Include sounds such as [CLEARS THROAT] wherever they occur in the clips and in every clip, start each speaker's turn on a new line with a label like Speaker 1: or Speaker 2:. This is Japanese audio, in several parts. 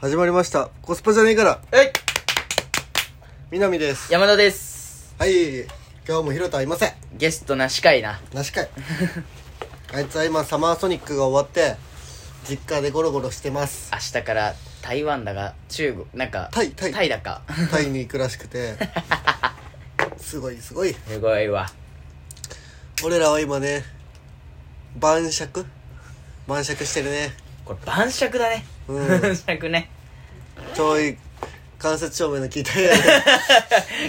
Speaker 1: 始まりましたコスパじゃねえから
Speaker 2: えい
Speaker 1: 南です
Speaker 2: 山田です
Speaker 1: はい今日もヒロと会いません
Speaker 2: ゲストなしかいな
Speaker 1: なし [LAUGHS] かいあいつは今サマーソニックが終わって実家でゴロゴロしてます
Speaker 2: 明日から台湾だが中国なんか
Speaker 1: タイタイ
Speaker 2: だか
Speaker 1: タイに行くらしくてすごいすごい
Speaker 2: すごいわ
Speaker 1: 俺らは今ね晩酌晩酌してるね
Speaker 2: これ晩酌だね、
Speaker 1: うん
Speaker 2: 晩酌ね
Speaker 1: ちょい間接照明の聞いたや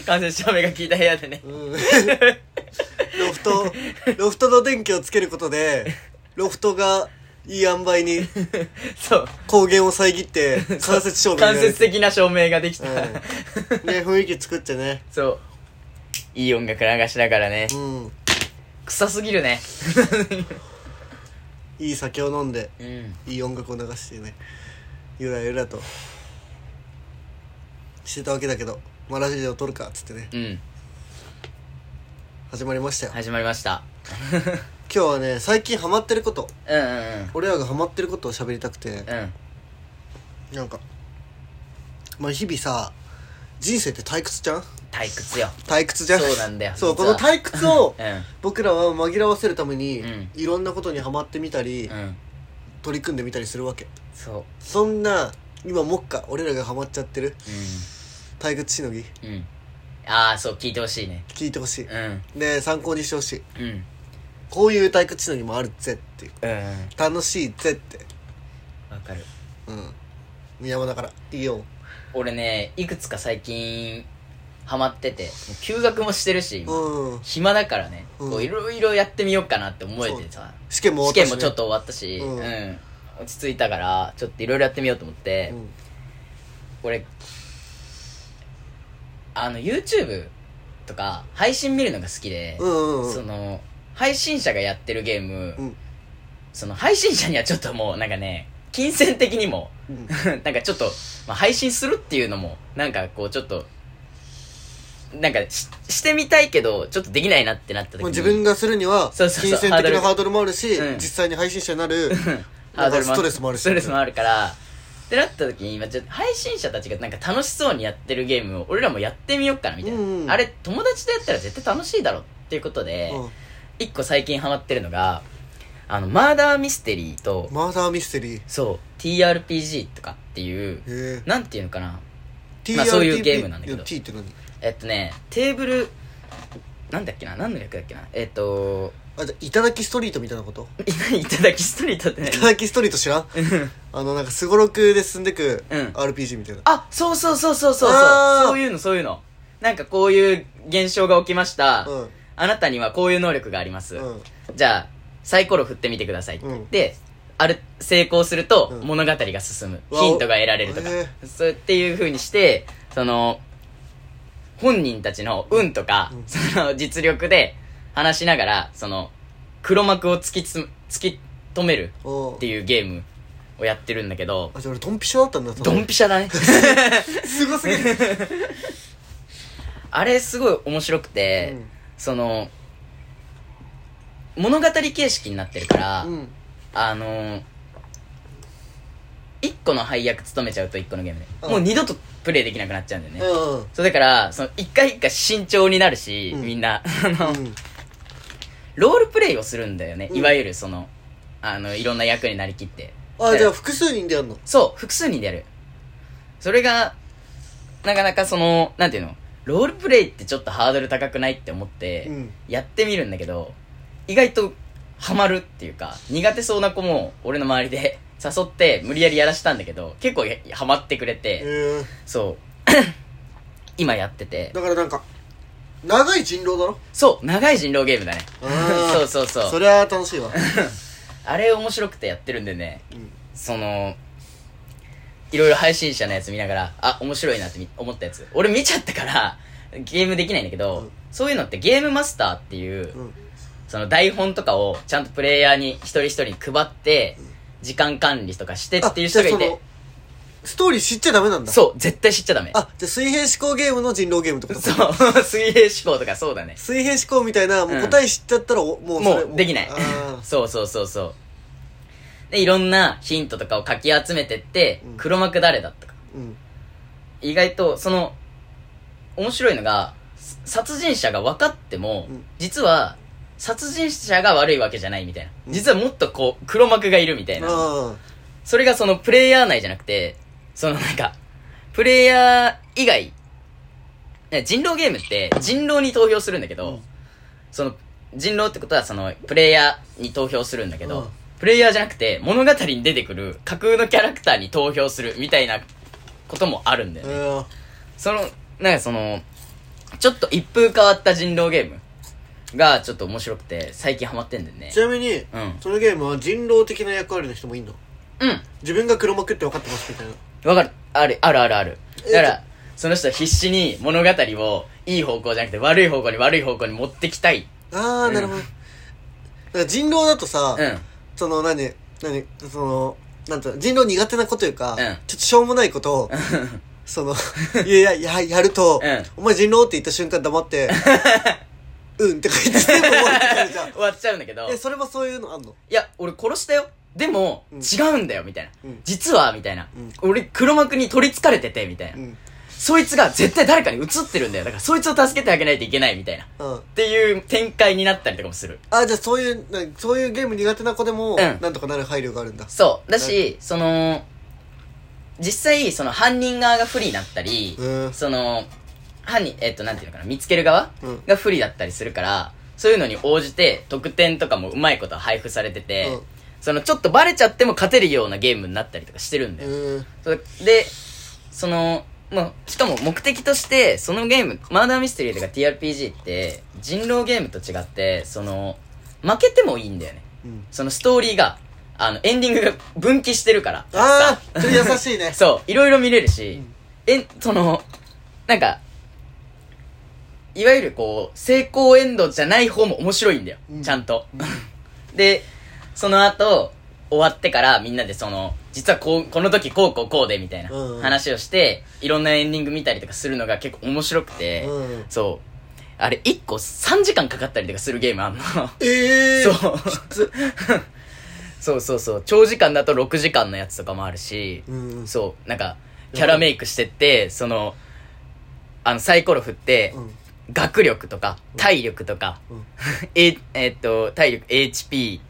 Speaker 2: 感染症明が効いた部屋でね
Speaker 1: うんロフトロフトの電気をつけることでロフトがいい塩梅に
Speaker 2: そう
Speaker 1: 光源を遮
Speaker 2: [LAUGHS]
Speaker 1: って間接照明にな
Speaker 2: 間
Speaker 1: る
Speaker 2: 接的な照明ができた、
Speaker 1: うん、ね雰囲気作ってね
Speaker 2: そういい音楽流しながらね
Speaker 1: うん
Speaker 2: 臭すぎるね
Speaker 1: いい酒を飲んで
Speaker 2: うん
Speaker 1: いい音楽を流してねゆらゆらとしてたわけだけどマラジオ撮るかっつってね
Speaker 2: うん
Speaker 1: 始まりましたよ、
Speaker 2: 始まりました
Speaker 1: 今日はね最近ハマってること
Speaker 2: うんうんうん
Speaker 1: 俺らがハマってることを喋りたくて
Speaker 2: うん
Speaker 1: なんかまあ日々さ人生って退屈じゃん
Speaker 2: 退屈よ
Speaker 1: 退屈じゃん
Speaker 2: そうなんだよ
Speaker 1: [LAUGHS] そうこ
Speaker 2: 実は
Speaker 1: の退屈を
Speaker 2: [LAUGHS] うん
Speaker 1: 僕らは紛らわせるために、
Speaker 2: うん
Speaker 1: いろんなことにハマってみたり、
Speaker 2: うん
Speaker 1: 取り組んでみたりするわけ
Speaker 2: そ
Speaker 1: そんな今目下俺らがハマっちゃってる
Speaker 2: うう
Speaker 1: 退屈しのぎ
Speaker 2: んうんああそう聞いてほしいね
Speaker 1: 聞いてほしい、
Speaker 2: うん
Speaker 1: で参考にしてほしい
Speaker 2: うん
Speaker 1: こういう退屈しのぎもあるぜっていう
Speaker 2: うん
Speaker 1: 楽しいぜって
Speaker 2: わかる
Speaker 1: うん山だからいいよ
Speaker 2: 俺ねいくつか最近ハマっててもう休学もしてるし今
Speaker 1: うん
Speaker 2: 暇だからね
Speaker 1: うん
Speaker 2: こういろいろやってみようかなって思えてさ
Speaker 1: 試験も
Speaker 2: 試
Speaker 1: 終わ
Speaker 2: 験も
Speaker 1: たしね
Speaker 2: ちょっと終わったし
Speaker 1: うん
Speaker 2: うん落ち着いたからちょっといろいろやってみようと思って
Speaker 1: うん
Speaker 2: 俺あの YouTube とか配信見るのが好きで
Speaker 1: うんうんうん
Speaker 2: その配信者がやってるゲーム、
Speaker 1: うん
Speaker 2: その配信者にはちょっともうなんかね金銭的にも
Speaker 1: うん
Speaker 2: [LAUGHS] なんかちょっと、まあ、配信するっていうのもなんかこうちょっとなんかししてみたいけどちょっとできないなってなった時に
Speaker 1: もう自分がするには金
Speaker 2: そうそうそう
Speaker 1: 銭的なハードルもあるし
Speaker 2: うん
Speaker 1: 実際に配信者になる
Speaker 2: [LAUGHS] ハードル
Speaker 1: なんかストレスもあるし
Speaker 2: ストレスもあるからってなった時に今ちょっと配信者たちがなんか楽しそうにやってるゲームを俺らもやってみようかなみたいな、
Speaker 1: うんうん
Speaker 2: あれ友達とやったら絶対楽しいだろっていうことで、一個最近ハマってるのがあのマーダーミステリーと
Speaker 1: うんマーダーミステリーへ
Speaker 2: そう TRPG とかっていう
Speaker 1: え
Speaker 2: なんていうのかな
Speaker 1: TRPG
Speaker 2: まあそういうゲームなんだけど
Speaker 1: いや T って何
Speaker 2: えっとねテーブルなんだっけな何の略だっけなえっと [LAUGHS]
Speaker 1: あじゃあいただきストリートみたいなこと
Speaker 2: いいただきストリートって
Speaker 1: い
Speaker 2: 何
Speaker 1: ただきストリート知らん [LAUGHS] あのなんかすごろくで進んでく
Speaker 2: うん
Speaker 1: RPG みたいな
Speaker 2: あそうそうそうそうそう
Speaker 1: あー
Speaker 2: そうそういうのそういうのなんかこういう現象が起きました、
Speaker 1: うん
Speaker 2: あなたにはこういう能力があります、
Speaker 1: うん
Speaker 2: じゃあサイコロ振ってみてくださいって言
Speaker 1: うん
Speaker 2: って、ある成功すると
Speaker 1: うん
Speaker 2: 物語が進む、
Speaker 1: うわ
Speaker 2: ヒントが得られるとか、
Speaker 1: へ
Speaker 2: そうっていう風にしてその本人たちの運とか、
Speaker 1: うん
Speaker 2: その実力で話しながらその黒幕を突きつ突き止める
Speaker 1: お
Speaker 2: っていうゲームをやってるんだけど
Speaker 1: あじゃあ俺ドンピシャだったんだ
Speaker 2: ドンピシャだね
Speaker 1: ャ [LAUGHS] すごすぎる
Speaker 2: あれすごい面白くて、
Speaker 1: うん
Speaker 2: その物語形式になってるから、
Speaker 1: うん
Speaker 2: あのー、1個の配役務めちゃうと1個のゲームで、
Speaker 1: うん
Speaker 2: もう二度とプレイできなくなっちゃうんだよね、
Speaker 1: うんうん
Speaker 2: そうだからその一回一回慎重になるし、
Speaker 1: うん
Speaker 2: みんな [LAUGHS] あの、
Speaker 1: うん
Speaker 2: ロールプレイをするんだよね、
Speaker 1: うん
Speaker 2: いわゆるそのあのいろんな役になりきって
Speaker 1: あ
Speaker 2: で
Speaker 1: じゃあ複数人でやんの
Speaker 2: そう複数人でやるそれがなかなかそのなんていうのロールプレイってちょっとハードル高くないって思って、
Speaker 1: うん
Speaker 2: やってみるんだけど意外とハマるっていうか苦手そうな子も俺の周りで [LAUGHS] 誘って無理やりやらしたんだけど結構やハマってくれて、
Speaker 1: へえ
Speaker 2: そう [COUGHS] 今やってて
Speaker 1: だからなんか長い人狼
Speaker 2: [LAUGHS]
Speaker 1: だろ
Speaker 2: そう長い人狼ゲームだね
Speaker 1: あー
Speaker 2: [LAUGHS] そうそうそう
Speaker 1: そりゃ楽しいわ
Speaker 2: あれ面白くてやってるんでね
Speaker 1: うん
Speaker 2: そのいろいろ配信者のやつ見ながらあ面白いなってみ思ったやつ俺見ちゃったからゲームできないんだけど、
Speaker 1: うん
Speaker 2: そういうのってゲームマスターっていう、 [LAUGHS]
Speaker 1: うん
Speaker 2: その台本とかをちゃんとプレイヤーに一人一人に配って、時間管理とかしてっていう人がい
Speaker 1: あじゃあ
Speaker 2: て
Speaker 1: その、ストーリー知っちゃダメなんだ
Speaker 2: そう、絶対知っちゃダメ。
Speaker 1: あじゃあ水平思考ゲームの人狼ゲームってことか
Speaker 2: そう、 [LAUGHS] 水平思考とかそうだね。
Speaker 1: 水平思考みたいなもううん答え知っちゃったらおもうそれ
Speaker 2: [LAUGHS] もうできない
Speaker 1: あー
Speaker 2: そうそうそうそう。で、いろんなヒントとかをかき集めてって
Speaker 1: うん、
Speaker 2: 黒幕誰だとか。
Speaker 1: うん
Speaker 2: 意外と、その、面白いのが、さ殺人者が分かっても
Speaker 1: うん、
Speaker 2: 実は、殺人者が悪いわけじゃないみたいな。
Speaker 1: うん
Speaker 2: 実はもっとこう、黒幕がいるみたいな。
Speaker 1: あ
Speaker 2: それがそのプレイヤー内じゃなくて、そのなんか、プレイヤー以外、ね人狼ゲームって人狼に投票するんだけど、
Speaker 1: うん
Speaker 2: その人狼ってことはそのプレイヤーに投票するんだけど、
Speaker 1: うん
Speaker 2: プレイヤーじゃなくて物語に出てくる架空のキャラクターに投票するみたいなこともあるんだ
Speaker 1: あ
Speaker 2: よ
Speaker 1: う
Speaker 2: ね。
Speaker 1: ん
Speaker 2: その、なんかその、ちょっと一風変わった人狼ゲームがちょっと面白くて最近ハマってんだよね
Speaker 1: ち。なみに
Speaker 2: うん。
Speaker 1: そのゲームは人狼的な役割の人もいんの
Speaker 2: うん。
Speaker 1: 自分が黒幕って分かってますみたいな
Speaker 2: わかる。ある、あるあるある。
Speaker 1: え
Speaker 2: だから、その人は必死に物語をいい方向じゃなくて悪い方向に悪い方向に持ってきたい。
Speaker 1: ああなるほど、だから人狼だとさ、
Speaker 2: うん。
Speaker 1: その何何そのなんていうの人狼苦手なこというか、
Speaker 2: ん
Speaker 1: ちょっとしょうもないことをその [LAUGHS] いやいやややると、
Speaker 2: うん
Speaker 1: お前人狼って言った瞬間黙
Speaker 2: [LAUGHS]
Speaker 1: って「うん」って書いて全部終わるみたいなじゃん
Speaker 2: 終わっちゃうんだけど、
Speaker 1: えそれもそういうのあんの
Speaker 2: いや、俺殺したよ。でも、
Speaker 1: うん
Speaker 2: 違うんだよ、みたいな。
Speaker 1: うん
Speaker 2: 実は、みたいな。
Speaker 1: うん
Speaker 2: 俺、黒幕に取り憑かれてて、みたいな。
Speaker 1: うん
Speaker 2: そいつが絶対誰かに映ってるんだよ。だから、そいつを助けてあげないといけない、みたいな。っ
Speaker 1: うん
Speaker 2: ていう展開になったりとかもする。
Speaker 1: あじゃあそういうなそういうゲーム苦手な子でも、
Speaker 2: ん
Speaker 1: なんとかなる配慮があるんだ
Speaker 2: そう。だし、その、実際、その犯人側が不利になったり、
Speaker 1: うん
Speaker 2: その、犯人、えっと、なんていうのかな、見つける側
Speaker 1: うん
Speaker 2: が不利だったりするから、そういうのに応じて得点とかもうまいこと配布されてて、
Speaker 1: うん
Speaker 2: そのちょっとバレちゃっても勝てるようなゲームになったりとかしてるんだよ。
Speaker 1: うん
Speaker 2: それで、その、まあ、しかも目的として、そのゲーム、マーダーミステリーとか TRPG って、人狼ゲームと違って、その、負けてもいいんだよね。
Speaker 1: うん
Speaker 2: そのストーリーが、あの、エンディングが分岐してるから。
Speaker 1: ああそれ優しいね
Speaker 2: そう、いろいろ見れるし、え、その、なんか、いわゆるこう、成功エンドじゃない方も面白いんだよ。
Speaker 1: うん
Speaker 2: ちゃんと。 [LAUGHS] で、その後、終わってからみんなでその、実はこう、この時こうこうこうでみたいな
Speaker 1: うんうん
Speaker 2: 話をして、いろんなエンディング見たりとかするのが結構面白くて、
Speaker 1: うん
Speaker 2: そう。あれ、1個3時間かかったりとかするゲームあんの。
Speaker 1: ええー、
Speaker 2: そう。そうそうそう。長時間だと6時間のやつとかもあるし、
Speaker 1: うん
Speaker 2: そう、なんか、キャラメイクしてって、その、あの、サイコロ振って、
Speaker 1: うん
Speaker 2: 学力とか、体力とか、
Speaker 1: うん
Speaker 2: [LAUGHS] え、えっと、体力、HP、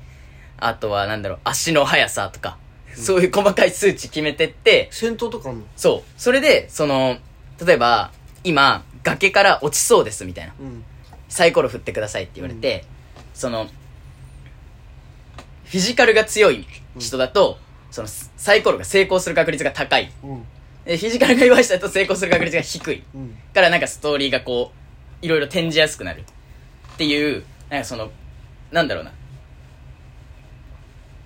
Speaker 2: あとは、なんだろう、足の速さとか、そういう細かい数値決めてって、
Speaker 1: 戦闘とかあんの
Speaker 2: そう、それで、その、例えば、今、崖から落ちそうです、みたいな。
Speaker 1: うん
Speaker 2: サイコロ振ってくださいって言われて、その、フィジカルが強い人だと、その、サイコロが成功する確率が高い。
Speaker 1: うん
Speaker 2: でフィジカルが弱い人だと成功する確率が低い。
Speaker 1: うん
Speaker 2: からなんかストーリーがこう、いろいろ転じやすくなる。っていう、なんかその、なんだろうな。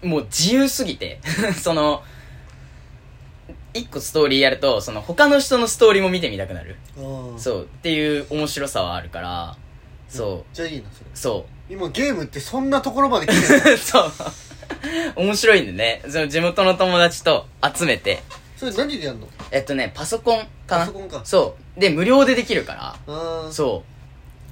Speaker 2: もう自由すぎて、 [LAUGHS] その、一個ストーリーやると、その他の人のストーリーも見てみたくなる。
Speaker 1: ああ
Speaker 2: そう。っていう面白さはあるから、そ
Speaker 1: じゃあいいなそれ
Speaker 2: う。そ
Speaker 1: 今ゲームってそんなところまで来て
Speaker 2: [LAUGHS]
Speaker 1: る
Speaker 2: う。そう。面白いんでね。その地元の友達と集めて。
Speaker 1: それ何でやんの
Speaker 2: えっとね、パソコンかな
Speaker 1: パソコンか
Speaker 2: そう。で、無料でできるから。
Speaker 1: ああ
Speaker 2: そ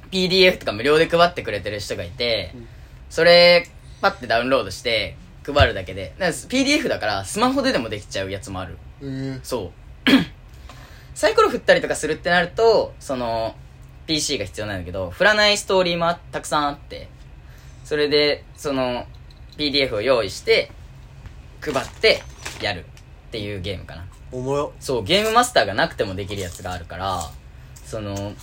Speaker 2: う。PDF とか無料で配ってくれてる人がいて
Speaker 1: うん、
Speaker 2: それ、パッてダウンロードして、配るだけで。だから PDF だから、スマホででもできちゃうやつもある。
Speaker 1: ううん
Speaker 2: そう。 [COUGHS] サイコロ振ったりとかするってなると、その、PC が必要なんだけど、振らないストーリーもあたくさんあって、それで、その、PDF を用意して、配って、やるっていうゲームかな。
Speaker 1: おもろ
Speaker 2: そう、ゲームマスターがなくてもできるやつがあるから、その、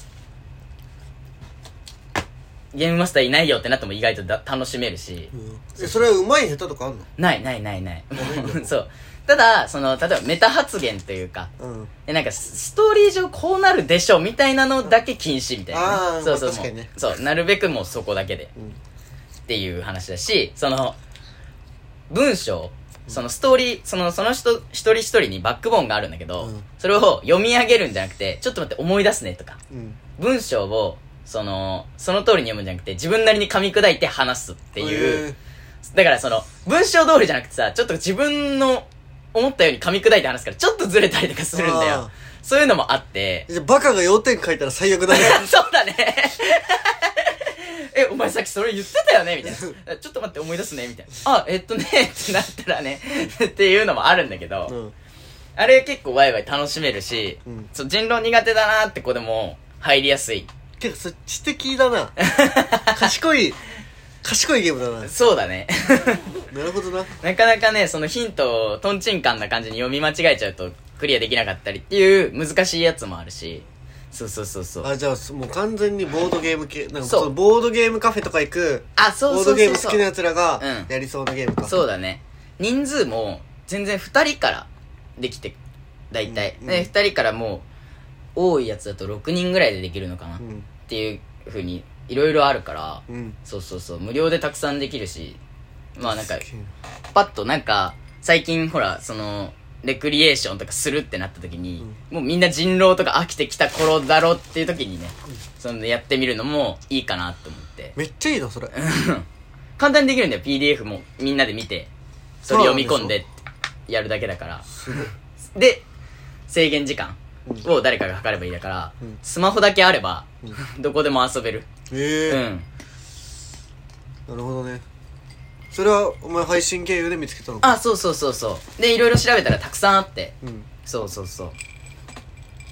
Speaker 2: ゲームマスターいないよってなっても意外とだ楽しめるし、
Speaker 1: えそれはうまい下手とかあんの
Speaker 2: ないないないない
Speaker 1: ないん。だ
Speaker 2: [LAUGHS] そう。ただ、その、例えばメタ発言というか、
Speaker 1: うん
Speaker 2: えなんかスストーリー上こうなるでしょみたいなのだけ禁止みたいな、
Speaker 1: あー
Speaker 2: そ
Speaker 1: ま
Speaker 2: うそう
Speaker 1: あ
Speaker 2: そう、
Speaker 1: 確かにね
Speaker 2: そうなるべくもうそこだけで
Speaker 1: うん
Speaker 2: っていう話だしその文章そのストーリーそのその人一人一人にバックボーンがあるんだけど、
Speaker 1: うん
Speaker 2: それを読み上げるんじゃなくてちょっと待って思い出すねとか
Speaker 1: うん
Speaker 2: 文章をそのその通りに読むんじゃなくて自分なりに噛み砕いて話すっていう、
Speaker 1: え
Speaker 2: だからその文章通りじゃなくてさちょっと自分の思ったように噛み砕いて話すからちょっとずれたりとかするんだ
Speaker 1: あ
Speaker 2: よ
Speaker 1: ー
Speaker 2: そういうのもあって [LAUGHS]
Speaker 1: ーじゃあバカが要点書いたら最悪だね
Speaker 2: そうだね。え、お前さっきそれ言ってたよねみたいな。ちょっと待って思い出すねみたいな。あ、えっとね、ってなったらね、っていうのもあるんだけど、
Speaker 1: うん
Speaker 2: あれ結構ワイワイ楽しめるし、
Speaker 1: うん
Speaker 2: そう人狼苦手だなって子でも入りやすい。
Speaker 1: てかそれ知的だ
Speaker 2: [LAUGHS]
Speaker 1: な賢い賢いゲームだな
Speaker 2: そう
Speaker 1: [LAUGHS]
Speaker 2: だね。
Speaker 1: なるほどな
Speaker 2: なかなかね、そのヒントをトンチンカンな感じに読み間違えちゃうとクリアできなかったりっていう難しいやつもあるし、そうそうそうそう。
Speaker 1: あじゃあもう完全にボードゲーム系なんか
Speaker 2: そう
Speaker 1: そのボードゲームカフェとか行く
Speaker 2: あ、そうそうそ
Speaker 1: ボー
Speaker 2: うそう。
Speaker 1: ドゲーム好きなやつらが
Speaker 2: うん
Speaker 1: やりそうなゲームか、
Speaker 2: そうだね人数も全然2人からできて大体、
Speaker 1: うん
Speaker 2: ね
Speaker 1: うん
Speaker 2: 2人からもう多いやつだと6人ぐらいでできるのかなっ
Speaker 1: うん
Speaker 2: ていうふうにいろいろあるから
Speaker 1: うん
Speaker 2: そうそうそう無料でたくさんできるしまあなんか
Speaker 1: すげえ
Speaker 2: パッとなんか最近ほらそのレクリエーションとかするってなった時に、もうみんな人狼とか飽きてきた頃だろっていう時にね、そのやってみるのもいいかなと思って
Speaker 1: めっちゃいいなそれ
Speaker 2: 簡単にできるんだよ PDF もみんなで見てそれ読み込んでってやるだけだからで制限時間を誰かが測ればいいだから、
Speaker 1: ん
Speaker 2: スマホだけあれば、どこでも遊べる
Speaker 1: え
Speaker 2: う
Speaker 1: え
Speaker 2: ん
Speaker 1: なるほどねそれはお前配信経由で見つけたのか
Speaker 2: あそうそうそうそうでいろいろ調べたらたくさんあって
Speaker 1: うん
Speaker 2: そうそうそう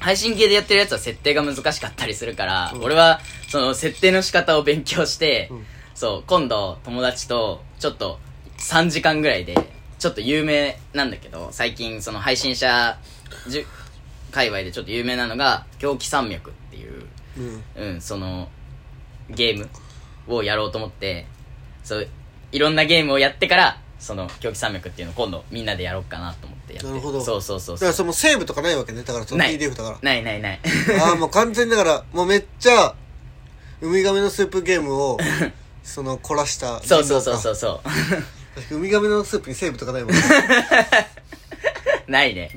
Speaker 2: 配信系でやってるやつは設定が難しかったりするから、俺はその設定の仕方を勉強して、
Speaker 1: ん
Speaker 2: そう今度友達とちょっと3時間ぐらいでちょっと有名なんだけど最近その配信者じゅ界隈でちょっと有名なのが狂気山脈っていう、
Speaker 1: うん
Speaker 2: うん、そのゲームをやろうと思ってそういろんなゲームをやってからその狂気山脈っていうのを今度みんなでやろうかなと思ってやって
Speaker 1: なるほど
Speaker 2: そうそうそ
Speaker 1: だ
Speaker 2: うそ
Speaker 1: か
Speaker 2: う
Speaker 1: らそのセーブとかないわけねだからその
Speaker 2: ない
Speaker 1: PDF だか
Speaker 2: ないないない。
Speaker 1: らああもう完全にだからもうめっちゃウミガメのスープゲームをその凝らした
Speaker 2: そうそうそうそううそ
Speaker 1: ウミガメのスープにセーブとかないもんね
Speaker 2: う。ないね。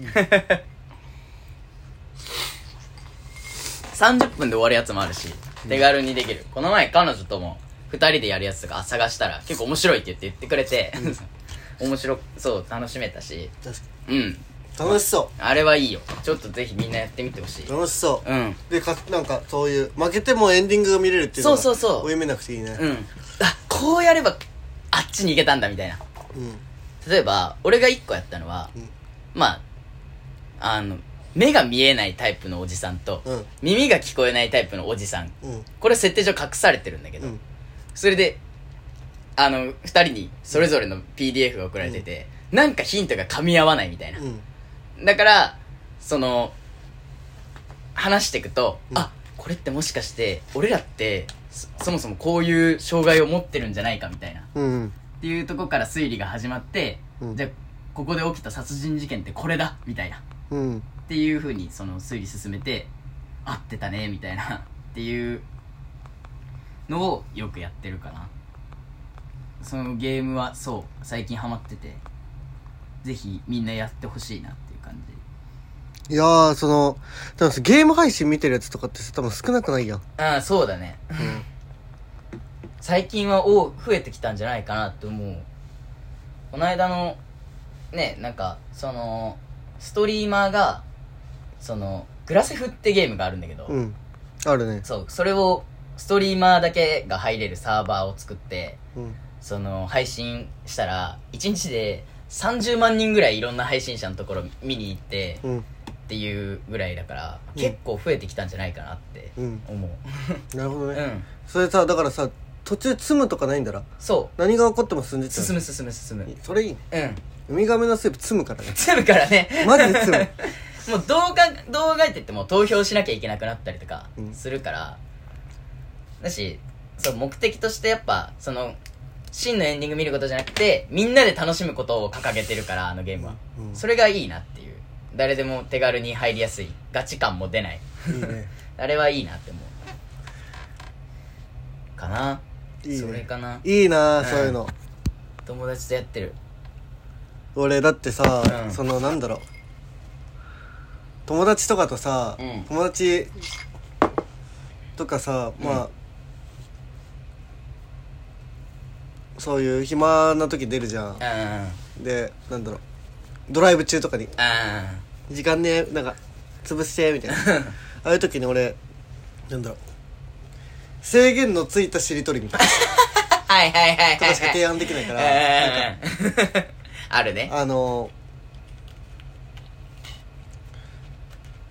Speaker 2: 30分で終わるやつもあるし、手軽にできる。この前彼女とも2人でやるやつとか探したら結構面白いって言って言ってくれて、 [LAUGHS] 面白、そう、楽しめたし、
Speaker 1: 確か
Speaker 2: うん。
Speaker 1: に楽しそ。
Speaker 2: あれはいいよ。ちょっとぜひみんなやってみてほしいう
Speaker 1: 楽しそう
Speaker 2: うん。
Speaker 1: でかなんかそういう負けてもエンディングが見れるっていうのが
Speaker 2: そうそうそう
Speaker 1: 追い目なくていいね
Speaker 2: うん。あ、こうやればあっちに行けたんだみたいな。
Speaker 1: うん
Speaker 2: 例えば俺が1個やったのは、
Speaker 1: ん
Speaker 2: まああの目が見えないタイプのおじさんと、
Speaker 1: うん
Speaker 2: 耳が聞こえないタイプのおじさん
Speaker 1: うん
Speaker 2: これ設定上隠されてるんだけど、
Speaker 1: うん
Speaker 2: それであの2人にそれぞれの PDF が送られてて、なんかヒントが噛み合わないみたいな
Speaker 1: う、ん
Speaker 2: だからその話していくと、
Speaker 1: うん
Speaker 2: あこれってもしかして俺らってそそもそもこういう障害を持ってるんじゃないかみたいな
Speaker 1: うん
Speaker 2: っていうとこから推理が始まって、
Speaker 1: うん
Speaker 2: じゃあここで起きた殺人事件ってこれだみたいな
Speaker 1: うん
Speaker 2: っていうふうにその推理進めて合ってたねみたいな [LAUGHS] っていうのをよくやってるかなそのゲームはそう最近ハマっててぜひみんなやってほしいなっていう感じ
Speaker 1: いやーその多分ゲーム配信見てるやつとかって多分少なくないやん
Speaker 2: ああそうだね最近はお増えてきたんじゃないかなって思うこの間のねなんかそのストリーマーがそのグラセフってゲームがあるんだけど、
Speaker 1: うんあるね
Speaker 2: そうそれをストリーマーだけが入れるサーバーを作って
Speaker 1: うん
Speaker 2: その配信したら1日で30万人ぐらいいろんな配信者のところ見に行って
Speaker 1: うん
Speaker 2: っていうぐらいだから、
Speaker 1: うん
Speaker 2: 結構増えてきたんじゃないかなって
Speaker 1: うん
Speaker 2: 思う
Speaker 1: [LAUGHS] なるほど
Speaker 2: う
Speaker 1: ね
Speaker 2: ん
Speaker 1: それさだからさ途中積むとかないんだら
Speaker 2: そ
Speaker 1: 何が起こっても進んでっ
Speaker 2: う
Speaker 1: ちゃう
Speaker 2: 進む進む進む
Speaker 1: それいいね
Speaker 2: うん
Speaker 1: ウミガメのスープ積むからね
Speaker 2: 積むからね
Speaker 1: マジで積む
Speaker 2: [LAUGHS] もう動画動画って言っても投票しなきゃいけなくなったりとか
Speaker 1: うん
Speaker 2: するから、だしそう目的としてやっぱその真のエンディング見ることじゃなくてみんなで楽しむことを掲げてるからあのゲームは、
Speaker 1: うん
Speaker 2: それがいいなっていう誰でも手軽に入りやすいガチ感も出
Speaker 1: [LAUGHS]
Speaker 2: ない
Speaker 1: いい
Speaker 2: [LAUGHS]
Speaker 1: ね
Speaker 2: あれはいいなって思うかない
Speaker 1: い
Speaker 2: それ
Speaker 1: ね
Speaker 2: かない
Speaker 1: いなあそういうの
Speaker 2: 友達とやってる
Speaker 1: 俺だってさ、
Speaker 2: うん
Speaker 1: そのなんだろう友達とかとさ、
Speaker 2: うん
Speaker 1: 友達とかさまあ、そういう暇な時出るじゃん
Speaker 2: うんうん
Speaker 1: でなんだろうドライブ中とかに
Speaker 2: あ
Speaker 1: 「時間ね
Speaker 2: [LAUGHS]
Speaker 1: なんか潰して」みたいなああいう時に俺なんだろう制限のついたしりとりみたいな
Speaker 2: [LAUGHS] はいはいはいはい
Speaker 1: と
Speaker 2: はい
Speaker 1: かしか提案できないから、なんか
Speaker 2: うんあるね
Speaker 1: あの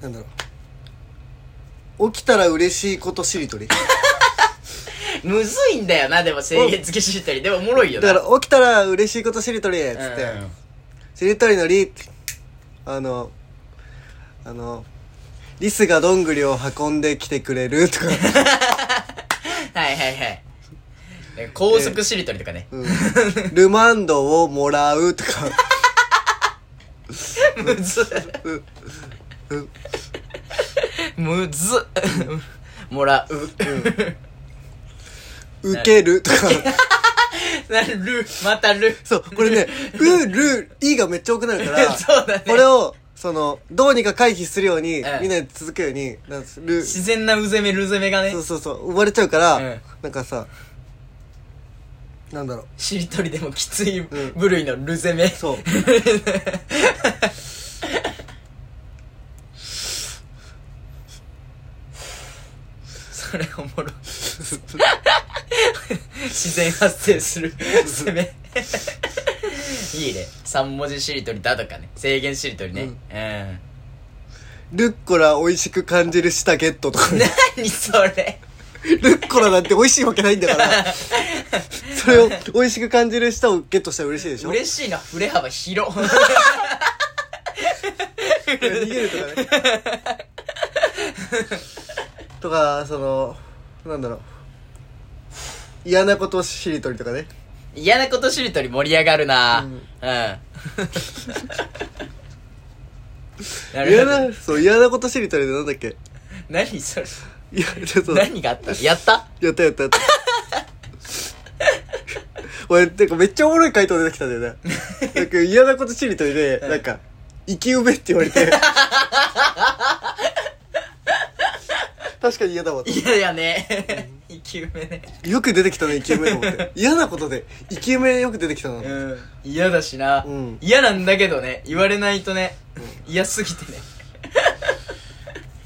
Speaker 1: なんだろう起きたら嬉しいことしりとり
Speaker 2: むずいんだよなでも制限付けしりとりでもおもろいよ
Speaker 1: だか
Speaker 2: な
Speaker 1: ら起きたら嬉しいことしりとりっつって、
Speaker 2: うん
Speaker 1: しりとりのりってあのあのリスがどんぐりを運んできてくれると
Speaker 2: [LAUGHS]
Speaker 1: か、
Speaker 2: はいはいはい高速しりとりとかね、
Speaker 1: うん、ルマンドをもらうとか、
Speaker 2: むずっ
Speaker 1: うんうん
Speaker 2: むずっもらう
Speaker 1: 受けるとか
Speaker 2: なるまたる
Speaker 1: そうこれね「う」「る」「い」がめっちゃ多くなるから
Speaker 2: [LAUGHS] そうだね
Speaker 1: これをそのどうにか回避するように、
Speaker 2: うん
Speaker 1: みんなで続くように「なんかる」
Speaker 2: 自然なうぜめるぜめがね
Speaker 1: そうそうそう生まれちゃうから、
Speaker 2: うん
Speaker 1: なんかさなんだろう
Speaker 2: しりとりでもきつい
Speaker 1: ん
Speaker 2: 部類のるぜめ、
Speaker 1: そう [LAUGHS]
Speaker 2: それおもろい自然発生する攻めいいね三文字しりとりだとかね制限しりとりね
Speaker 1: う
Speaker 2: うんん、
Speaker 1: ルッコラ美味しく感じるしたゲットとか、ね、
Speaker 2: 何それ
Speaker 1: ルッコラなんて美味しいわけないんだから [LAUGHS] それを美味しく感じる舌をゲットしたら嬉しいでしょ
Speaker 2: 嬉しいな振れ幅広
Speaker 1: 逃げるとかねとかそのなんだろう嫌なことしりとりとかね
Speaker 2: 嫌なことしりとり盛り上がるな
Speaker 1: う
Speaker 2: うん [LAUGHS] ん、なる
Speaker 1: 嫌
Speaker 2: ほど
Speaker 1: なそう嫌なことしりとりでなんだっけ
Speaker 2: 何それ
Speaker 1: いやちょっとやっ
Speaker 2: 何があったのやった
Speaker 1: たやったやった俺てかめっちゃおもろい回答出てきたんだよねなんか嫌なことしりとりで、なんか「生き埋め」って言われて確かに嫌だわと思って
Speaker 2: 嫌やね生き埋めね
Speaker 1: よく出てきたね、イケメンと思って。嫌なことで、イケメンよく出てきたな。
Speaker 2: うん嫌だしな、
Speaker 1: うん
Speaker 2: 嫌なんだけどね言われないとね、嫌すぎてね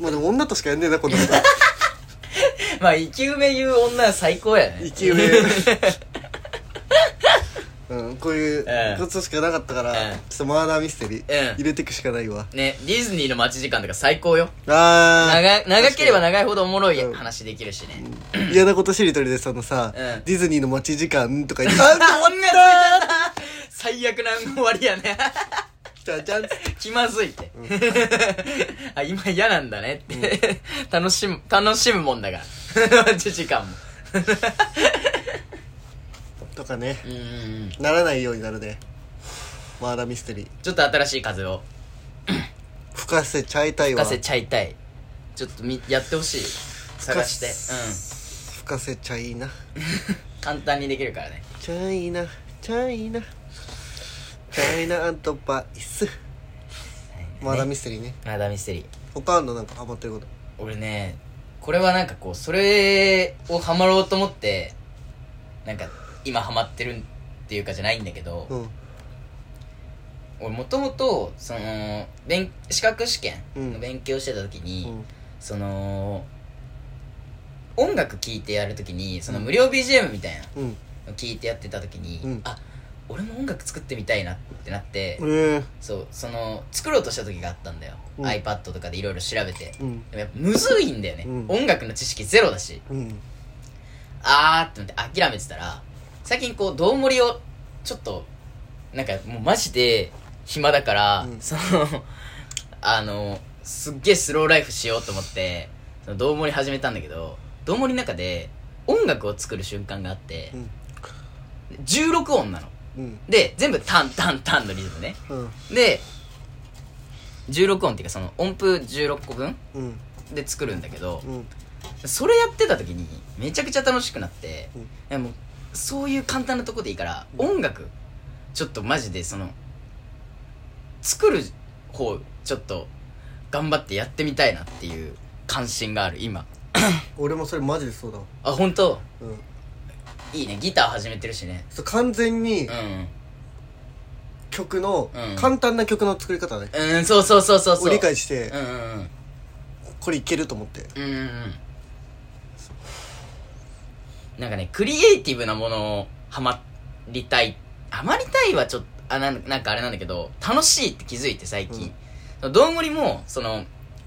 Speaker 1: まあでも女としかやんねえな、こん
Speaker 2: [LAUGHS]
Speaker 1: なこ
Speaker 2: まあ生き埋め言う女は最高やね
Speaker 1: と。イケメン。うん、こういう
Speaker 2: ええ
Speaker 1: ことしかなかったから、
Speaker 2: ええ
Speaker 1: ちょっとマーダーミステリ
Speaker 2: え
Speaker 1: ー
Speaker 2: え
Speaker 1: 入れていくしかないわ。
Speaker 2: [LAUGHS] ねディズニーの待ち時間とか最高よ
Speaker 1: あ
Speaker 2: 長長ければ長いほどおもろい
Speaker 1: うん
Speaker 2: 話できるしね、
Speaker 1: ー、 [CLEARS THROAT] 嫌なことしりとりでそのさ、
Speaker 2: ええ
Speaker 1: ディズニーの待ち時間とか言
Speaker 2: [LAUGHS]
Speaker 1: って、あん
Speaker 2: あ
Speaker 1: た
Speaker 2: 終わった [LAUGHS] 最悪な終わりやね [LAUGHS]
Speaker 1: じゃじゃんっつって
Speaker 2: 気まずいって、 [LAUGHS] あ今嫌なんだねって、 [LAUGHS] 楽しむ楽しむもんだから待ち時間も
Speaker 1: とかね、
Speaker 2: うんうんうん
Speaker 1: ならないようになるね。マーダーミステリー。
Speaker 2: ちょっと新しい風を
Speaker 1: 吹かせちゃいたい
Speaker 2: 吹
Speaker 1: わ。
Speaker 2: かせちゃいたいちょっとみやってほしい探してうん
Speaker 1: 吹かせちゃいな。
Speaker 2: 簡単にできるからね
Speaker 1: チャイナチャイナチャイナアントバイスまだミステリーね
Speaker 2: マダミステリー
Speaker 1: 他あんのなんかハマってること
Speaker 2: 俺ねこれはなんかこうそれをハマろうと思ってなんか今ハマってるっていうかじゃないんだけど、
Speaker 1: うん
Speaker 2: 俺もともとその勉資格試験
Speaker 1: う
Speaker 2: の
Speaker 1: ん
Speaker 2: 勉強してた時に、
Speaker 1: うん
Speaker 2: その音楽聴いてやる時にその無料 BGM みたいな
Speaker 1: うん
Speaker 2: の聴いてやってた時に、
Speaker 1: うん
Speaker 2: あ俺も音楽作ってみたいなってなって、
Speaker 1: え
Speaker 2: そうその作ろうとした時があったんだよ、
Speaker 1: うん
Speaker 2: iPad とかでいろいろ調べて
Speaker 1: えうん
Speaker 2: でもやっぱむずいんだよね、
Speaker 1: うん
Speaker 2: 音楽の知識ゼロだし
Speaker 1: うん
Speaker 2: あーって思って諦めてたら最近こうどうもりをちょっとなんかもうマジで暇だから、
Speaker 1: うん
Speaker 2: その [LAUGHS] あのすっげえスローライフしようと思ってそのどうもり始めたんだけどどうもりの中で音楽を作る瞬間があって
Speaker 1: うん
Speaker 2: 16音なの
Speaker 1: うん
Speaker 2: で全部タンタンタンのリズムね
Speaker 1: うん
Speaker 2: で16音っていうかその音符16個分
Speaker 1: うん
Speaker 2: で作るんだけど
Speaker 1: うん
Speaker 2: それやってた時にめちゃくちゃ楽しくなって
Speaker 1: うん、
Speaker 2: いやもうそういう簡単なとこでいいから、
Speaker 1: うん
Speaker 2: 音楽ちょっとマジでその作る方ちょっと頑張ってやってみたいなっていう関心がある今
Speaker 1: 俺もそれマジでそうだわ
Speaker 2: あ本当
Speaker 1: うん
Speaker 2: いいねギター始めてるしね
Speaker 1: そう完全に
Speaker 2: うん
Speaker 1: 曲の
Speaker 2: うん
Speaker 1: 簡単な曲の作り方ね
Speaker 2: うんそうそうそうそうそ
Speaker 1: を
Speaker 2: う
Speaker 1: 理解して
Speaker 2: うんうん
Speaker 1: これいけると思って
Speaker 2: うんうんうんうんなんかね、クリエイティブなものをハマりたい。ハマりたいはちょっと、あ、なんなんかあれなんだけど、楽しいって気づいて最近。どんぐりも、その、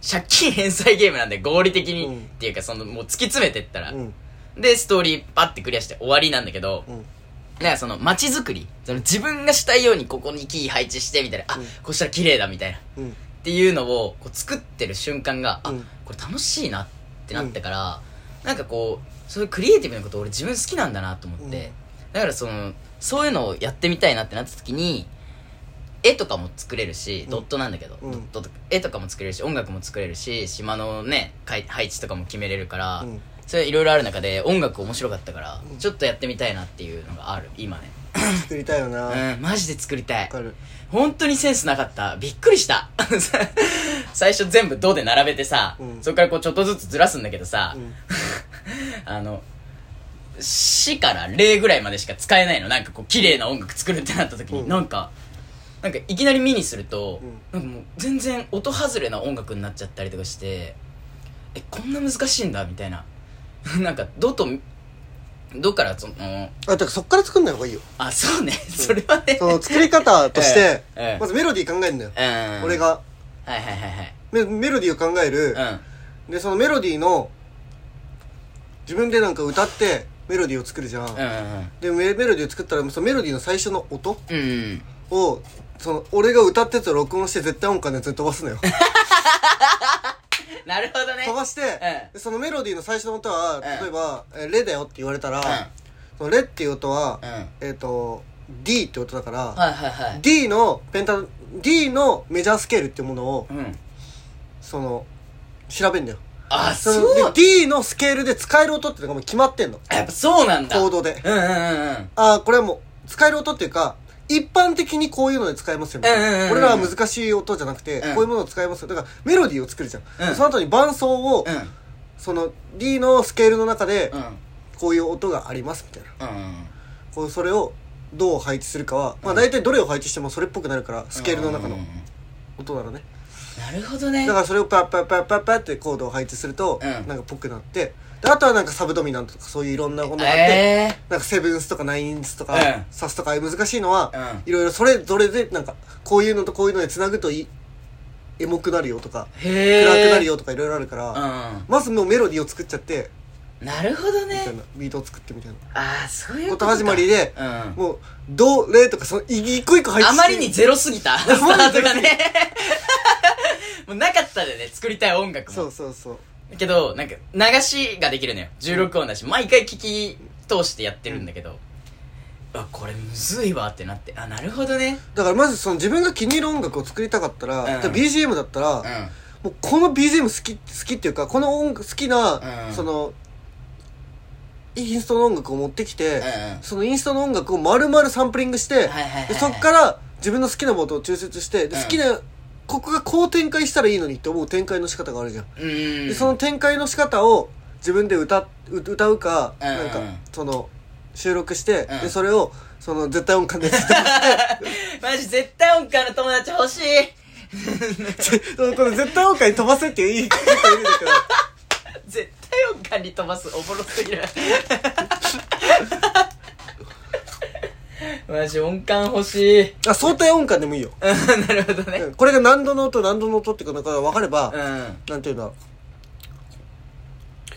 Speaker 2: 借金返済ゲームなんで合理的に、
Speaker 1: うん
Speaker 2: っていうか、その、もう突き詰めてったら、
Speaker 1: うん
Speaker 2: で、ストーリーパッてクリアして終わりなんだけど、
Speaker 1: うん
Speaker 2: なんかその街づくり、その自分がしたいようにここにキー配置してみたいな、あ、
Speaker 1: うん
Speaker 2: こうしたら綺麗だみたいな、っ
Speaker 1: うん
Speaker 2: ていうのをこう作ってる瞬間が、
Speaker 1: う
Speaker 2: あ
Speaker 1: ん、
Speaker 2: これ楽しいなってなったから、なんかこう、そういうクリエイティブなこと俺自分好きなんだなと思って、
Speaker 1: うん
Speaker 2: だからその、そういうのをやってみたいなってなった時に、絵とかも作れるし、
Speaker 1: うん
Speaker 2: ドットなんだけど、
Speaker 1: うん
Speaker 2: ドット絵とかも作れるし、音楽も作れるし、島のね、かい配置とかも決めれるから、
Speaker 1: うん
Speaker 2: それいろいろある中で音楽面白かったから、
Speaker 1: うん
Speaker 2: ちょっとやってみたいなっていうのがある今ね
Speaker 1: 作りたいよなわ
Speaker 2: うんマジで作りたい
Speaker 1: かる
Speaker 2: 本当にセンスなかったびっくりした [LAUGHS] 最初全部「ド」で並べてさ、
Speaker 1: うん
Speaker 2: そこからこうちょっとずつずらすんだけどさ、
Speaker 1: うん
Speaker 2: [LAUGHS] あの「し」から「0」ぐらいまでしか使えないのなんかこう綺麗な音楽作るってなった時に、
Speaker 1: うん
Speaker 2: なんかなんかいきなり「ミにすると、
Speaker 1: うん
Speaker 2: なんかもう全然音外れな音楽になっちゃったりとかしてえこんな難しいんだみたいな [LAUGHS] なんか「ド」と「ド」からその
Speaker 1: あだからそっから作んない方がいいよ
Speaker 2: あそうねそれはね
Speaker 1: その作り方として
Speaker 2: ええええ
Speaker 1: まずメロディー考えるのよ
Speaker 2: うん
Speaker 1: 俺が
Speaker 2: はいはいはいはい
Speaker 1: メメロディーを考える
Speaker 2: うん
Speaker 1: でそのメロディーの自分でなんか歌ってメロディーを作るじゃん
Speaker 2: うんうん
Speaker 1: でメメロディーを作ったらそのメロディーの最初の音
Speaker 2: うんうん
Speaker 1: をその俺が歌ってたやつを録音して絶対音感のやつに飛ばすのよ
Speaker 2: なるほどね
Speaker 1: 飛ばして、
Speaker 2: え
Speaker 1: でそのメロディーの最初の音は
Speaker 2: ええ
Speaker 1: 例えば「えレ」だよって言われたら、
Speaker 2: うん
Speaker 1: そのレっていう音は、
Speaker 2: うん
Speaker 1: えっ、と D って音だから、
Speaker 2: はいはいはい
Speaker 1: D のペンタ D のメジャースケールっていうものを
Speaker 2: うん
Speaker 1: その調べんだよ
Speaker 2: あ
Speaker 1: そ
Speaker 2: そ
Speaker 1: の
Speaker 2: う
Speaker 1: で D のスケールで使える音っていうのがもう決まってんの
Speaker 2: やっぱそうなんだ
Speaker 1: コードで
Speaker 2: うんうんうんうん
Speaker 1: ああこれはもう使える音っていうか一般的にこういうので使えますよみたいな、
Speaker 2: うんうんうんうん
Speaker 1: これらは難しい音じゃなくて、
Speaker 2: うん
Speaker 1: こういうものを使えますよだからメロディーを作るじゃん、
Speaker 2: うん
Speaker 1: その後に伴奏を、
Speaker 2: うん
Speaker 1: その D のスケールの中で
Speaker 2: うん
Speaker 1: こういう音がありますみたいな
Speaker 2: うん
Speaker 1: こうそれをどう配置するかは、まあ、大体どれを配置してもそれっぽくなるからスケールの中の
Speaker 2: うんうんうん
Speaker 1: 音なのね
Speaker 2: なるほどね
Speaker 1: だからそれをパッパッパッパッパッってコードを配置すると、
Speaker 2: うん
Speaker 1: なんかぽくなってであとはなんかサブドミナントとかそういういろんなものがあって、
Speaker 2: え
Speaker 1: なんかセブンスとかナインスとか、
Speaker 2: うん
Speaker 1: サスとかああいう難しいのは、
Speaker 2: うん
Speaker 1: いろいろそれぞれでなんかこういうのとこういうのでつなぐといいエモくなるよとか、
Speaker 2: ーへえ
Speaker 1: 暗くなるよとかいろいろあるから、
Speaker 2: う
Speaker 1: まずもうメロディーを作っちゃって
Speaker 2: んなるほど
Speaker 1: みた
Speaker 2: ね
Speaker 1: いなビートを作ってみたいな、
Speaker 2: ああそういうこと
Speaker 1: 音始まりで
Speaker 2: うんあ
Speaker 1: もう「ドレ」とかそのい一個一個配置して
Speaker 2: まりにゼロ
Speaker 1: [LAUGHS]
Speaker 2: すぎたスタ
Speaker 1: まりに
Speaker 2: ー
Speaker 1: ゼ
Speaker 2: ト
Speaker 1: ロ
Speaker 2: が
Speaker 1: すぎ
Speaker 2: ね [LAUGHS] もうなかったでね作りたい音楽も
Speaker 1: そうそうそう
Speaker 2: けど、なんか、流しができるのよ。16音だし、毎回聞き通してやってるんだけど、あ、これむずいわってなって、あ、なるほどね。
Speaker 1: だからまずその自分が気に入る音楽を作りたかったら、
Speaker 2: うん
Speaker 1: 例えば BGM だったら、
Speaker 2: うん。
Speaker 1: もうこの BGM 好き好きっていうかこの音楽好きな、
Speaker 2: うん
Speaker 1: そのインストの音楽を持ってきて、
Speaker 2: うんうん
Speaker 1: そのインストの音楽を丸々サンプリングして、
Speaker 2: はいはいはい
Speaker 1: でそっから自分の好きなボートを抽出してで
Speaker 2: うん
Speaker 1: 好きな、ここがこう展開したらいいのにって思う展開の仕方があるじゃん、
Speaker 2: うん。
Speaker 1: でその展開の仕方を自分で歌う歌うか、
Speaker 2: うんうん
Speaker 1: なんかその収録して、
Speaker 2: うん
Speaker 1: でそれをその絶対音感でずっと
Speaker 2: マジ絶対音感の友達欲しい。
Speaker 1: [LAUGHS] そのこの絶対音感に飛ばせっていう言 [LAUGHS] い方いるんだけど
Speaker 2: 絶対音感に飛ばす。おもろす [LAUGHS] ぎる。マジ音感欲しい。
Speaker 1: あ相対音感でもいいよ
Speaker 2: うんなるほどね。
Speaker 1: うんこれが何度の音何度の音っていうのが分かれば、
Speaker 2: うん。
Speaker 1: なんていうんだろう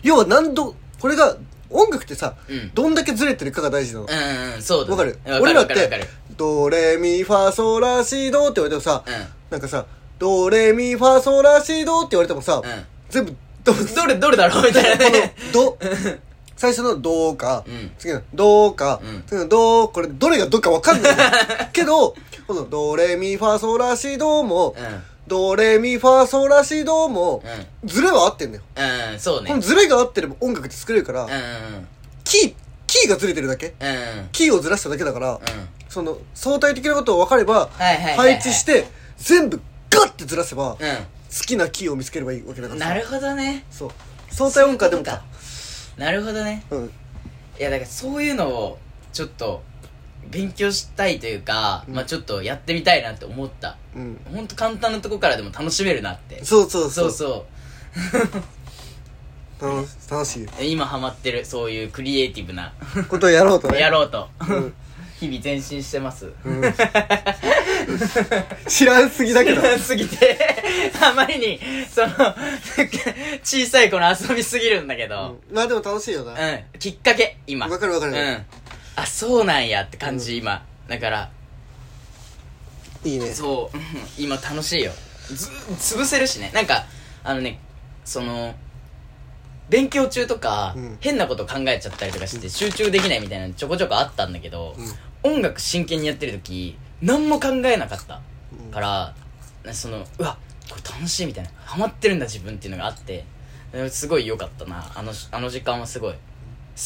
Speaker 1: 要は何度これが音楽ってさ、
Speaker 2: うん
Speaker 1: どんだけずれてるかが大事なのわ、
Speaker 2: うん、うん、そうだ、ね。
Speaker 1: かる
Speaker 2: わ
Speaker 1: 俺らっ
Speaker 2: わかるわか
Speaker 1: て
Speaker 2: る。
Speaker 1: ドレミファソラシドって言われてもさ、
Speaker 2: うん。
Speaker 1: なんかさドレミファソラシドって言われてもさ、
Speaker 2: うん
Speaker 1: 全部どこ
Speaker 2: どれ、どれだろうみたいな [LAUGHS] ね。
Speaker 1: のド最初のドか、
Speaker 2: うん
Speaker 1: 次のドか、
Speaker 2: うん
Speaker 1: 次のドこれどれがどっかわかん
Speaker 2: [LAUGHS]
Speaker 1: ないのけどこのドレミファソラシドも、
Speaker 2: う
Speaker 1: ドレミファソラシドも、ズレは合ってんだよ。
Speaker 2: ん。うん、そうね。
Speaker 1: このズレが合ってれば音楽って作れるから、
Speaker 2: うん。
Speaker 1: キー、キーがズレてるだけ
Speaker 2: うんうん。
Speaker 1: キーをずらしただけだから、
Speaker 2: うん。
Speaker 1: その相対的なことを分かれば、
Speaker 2: はいはいはいはい
Speaker 1: 配置して、全部ガッてずらせば、好
Speaker 2: う
Speaker 1: きなキーを見つければいいわけだか
Speaker 2: ん。
Speaker 1: らさ
Speaker 2: なるほどね。
Speaker 1: そう。相対音感でも
Speaker 2: そういう
Speaker 1: か。
Speaker 2: なるほどね。
Speaker 1: うん。
Speaker 2: いや、だからそういうのを、ちょっと、勉強したいというか、
Speaker 1: うん
Speaker 2: まあちょっとやってみたいなって思った。
Speaker 1: うん。
Speaker 2: ほんと簡単なとこからでも楽しめるなって。
Speaker 1: そうそうそ。
Speaker 2: そううそう。
Speaker 1: 楽し楽し
Speaker 2: 今ハマってるそういうクリエイティブ
Speaker 1: [LAUGHS]
Speaker 2: ない
Speaker 1: ことをやろうとね
Speaker 2: やろうと、
Speaker 1: ん
Speaker 2: 日々前進してます
Speaker 1: 知らんすぎだけど
Speaker 2: [LAUGHS] すぎてあまりにその [LAUGHS] 小さい子の遊びすぎるんだけど、
Speaker 1: うんまあでも楽しいよな
Speaker 2: うん、きっかけ今
Speaker 1: わかるわかる
Speaker 2: うんあそうなんやって感じ、今だから
Speaker 1: いいね
Speaker 2: そううん今楽しいよず潰せるしねなんかあのねその勉強中とか、
Speaker 1: うん
Speaker 2: 変なこと考えちゃったりとかして集中できないみたいなのちょこちょこあったんだけど、音楽真剣にやってる時何も考えなかった
Speaker 1: うん
Speaker 2: から、なそのうわこれ楽しいみたいなハマってるんだ自分っていうのがあってえすごい良かったなあのあの時間はすごい好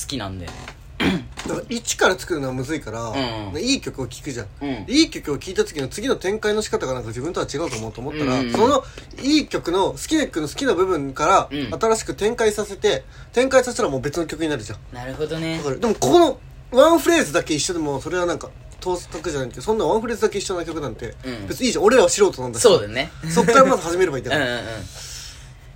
Speaker 2: きなんで
Speaker 1: だから一から作るのはむずいから、
Speaker 2: んうん
Speaker 1: いい曲を聴くじゃん、
Speaker 2: うん
Speaker 1: いい曲を聴いた時の次の展開の仕方がなんか自分とは違うと思うと思ったら、
Speaker 2: うんうんうん
Speaker 1: そのいい曲の好きな曲の好きな部分から
Speaker 2: うん
Speaker 1: 新しく展開させて展開させたらもう別の曲になるじゃん
Speaker 2: [COUGHS] なるほどね
Speaker 1: だからでもここのワンフレーズだけ一緒でもそれはなんか盗作じゃないけどそんなワンフレーズだけ一緒な曲なんて、
Speaker 2: うん
Speaker 1: 別にいいじゃん俺らは素人なんだし
Speaker 2: そうだね
Speaker 1: そっからまず始めればいいん
Speaker 2: う
Speaker 1: だ
Speaker 2: んう
Speaker 1: か
Speaker 2: んうん
Speaker 1: ら、
Speaker 2: い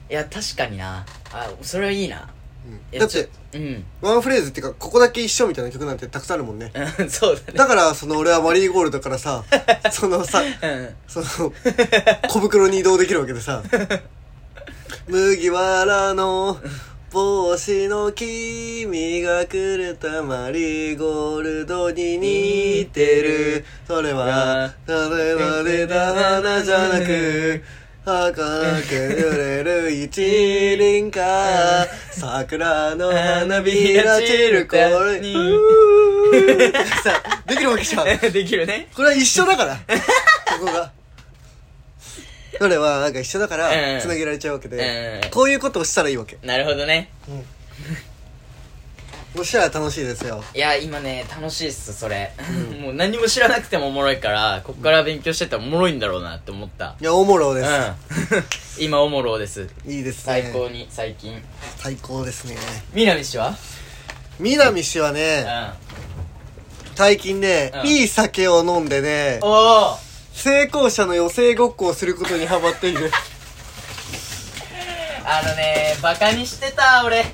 Speaker 2: や確かになあそれはいいな
Speaker 1: うん
Speaker 2: いや
Speaker 1: だって
Speaker 2: ちょうん
Speaker 1: ワンフレーズっていうかここだけ一緒みたいな曲なんてたくさんあるもんね
Speaker 2: うん [LAUGHS] そうだね
Speaker 1: だからその俺はマリーゴールドから
Speaker 2: [LAUGHS]
Speaker 1: さそのさ
Speaker 2: うん
Speaker 1: その小袋に移動できるわけで [LAUGHS] さ麦わらの帽子の君がくれたマリーゴールドに似てるそれはそれはれだ花じゃなく儚く揺れる一輪か桜の花びら散る声に [LAUGHS] さできるわけじゃん
Speaker 2: [LAUGHS] できるね
Speaker 1: これは一緒だからここがそれはなんか一緒だか
Speaker 2: う
Speaker 1: ら
Speaker 2: ん
Speaker 1: つなげられちゃうわけで、
Speaker 2: うん
Speaker 1: こういうことをしたらいいわけ
Speaker 2: なるほどね
Speaker 1: そしたら楽しいですよ
Speaker 2: いや今ね楽しいっすそれ、 [LAUGHS] もう何も知らなくてもおもろいからこっから勉強してったらおもろいんだろうなって思った
Speaker 1: いやおもろ
Speaker 2: う
Speaker 1: です、
Speaker 2: ん今おもろです
Speaker 1: [LAUGHS] いいですね
Speaker 2: 最高に最近
Speaker 1: 最高ですね
Speaker 2: 南氏は
Speaker 1: 南氏は
Speaker 2: う
Speaker 1: ね
Speaker 2: ん
Speaker 1: 最近ね、
Speaker 2: うん
Speaker 1: いい酒を飲んでね
Speaker 2: おお
Speaker 1: 成功者の余生ごっこをすることにハマっている
Speaker 2: あのねバカにしてた俺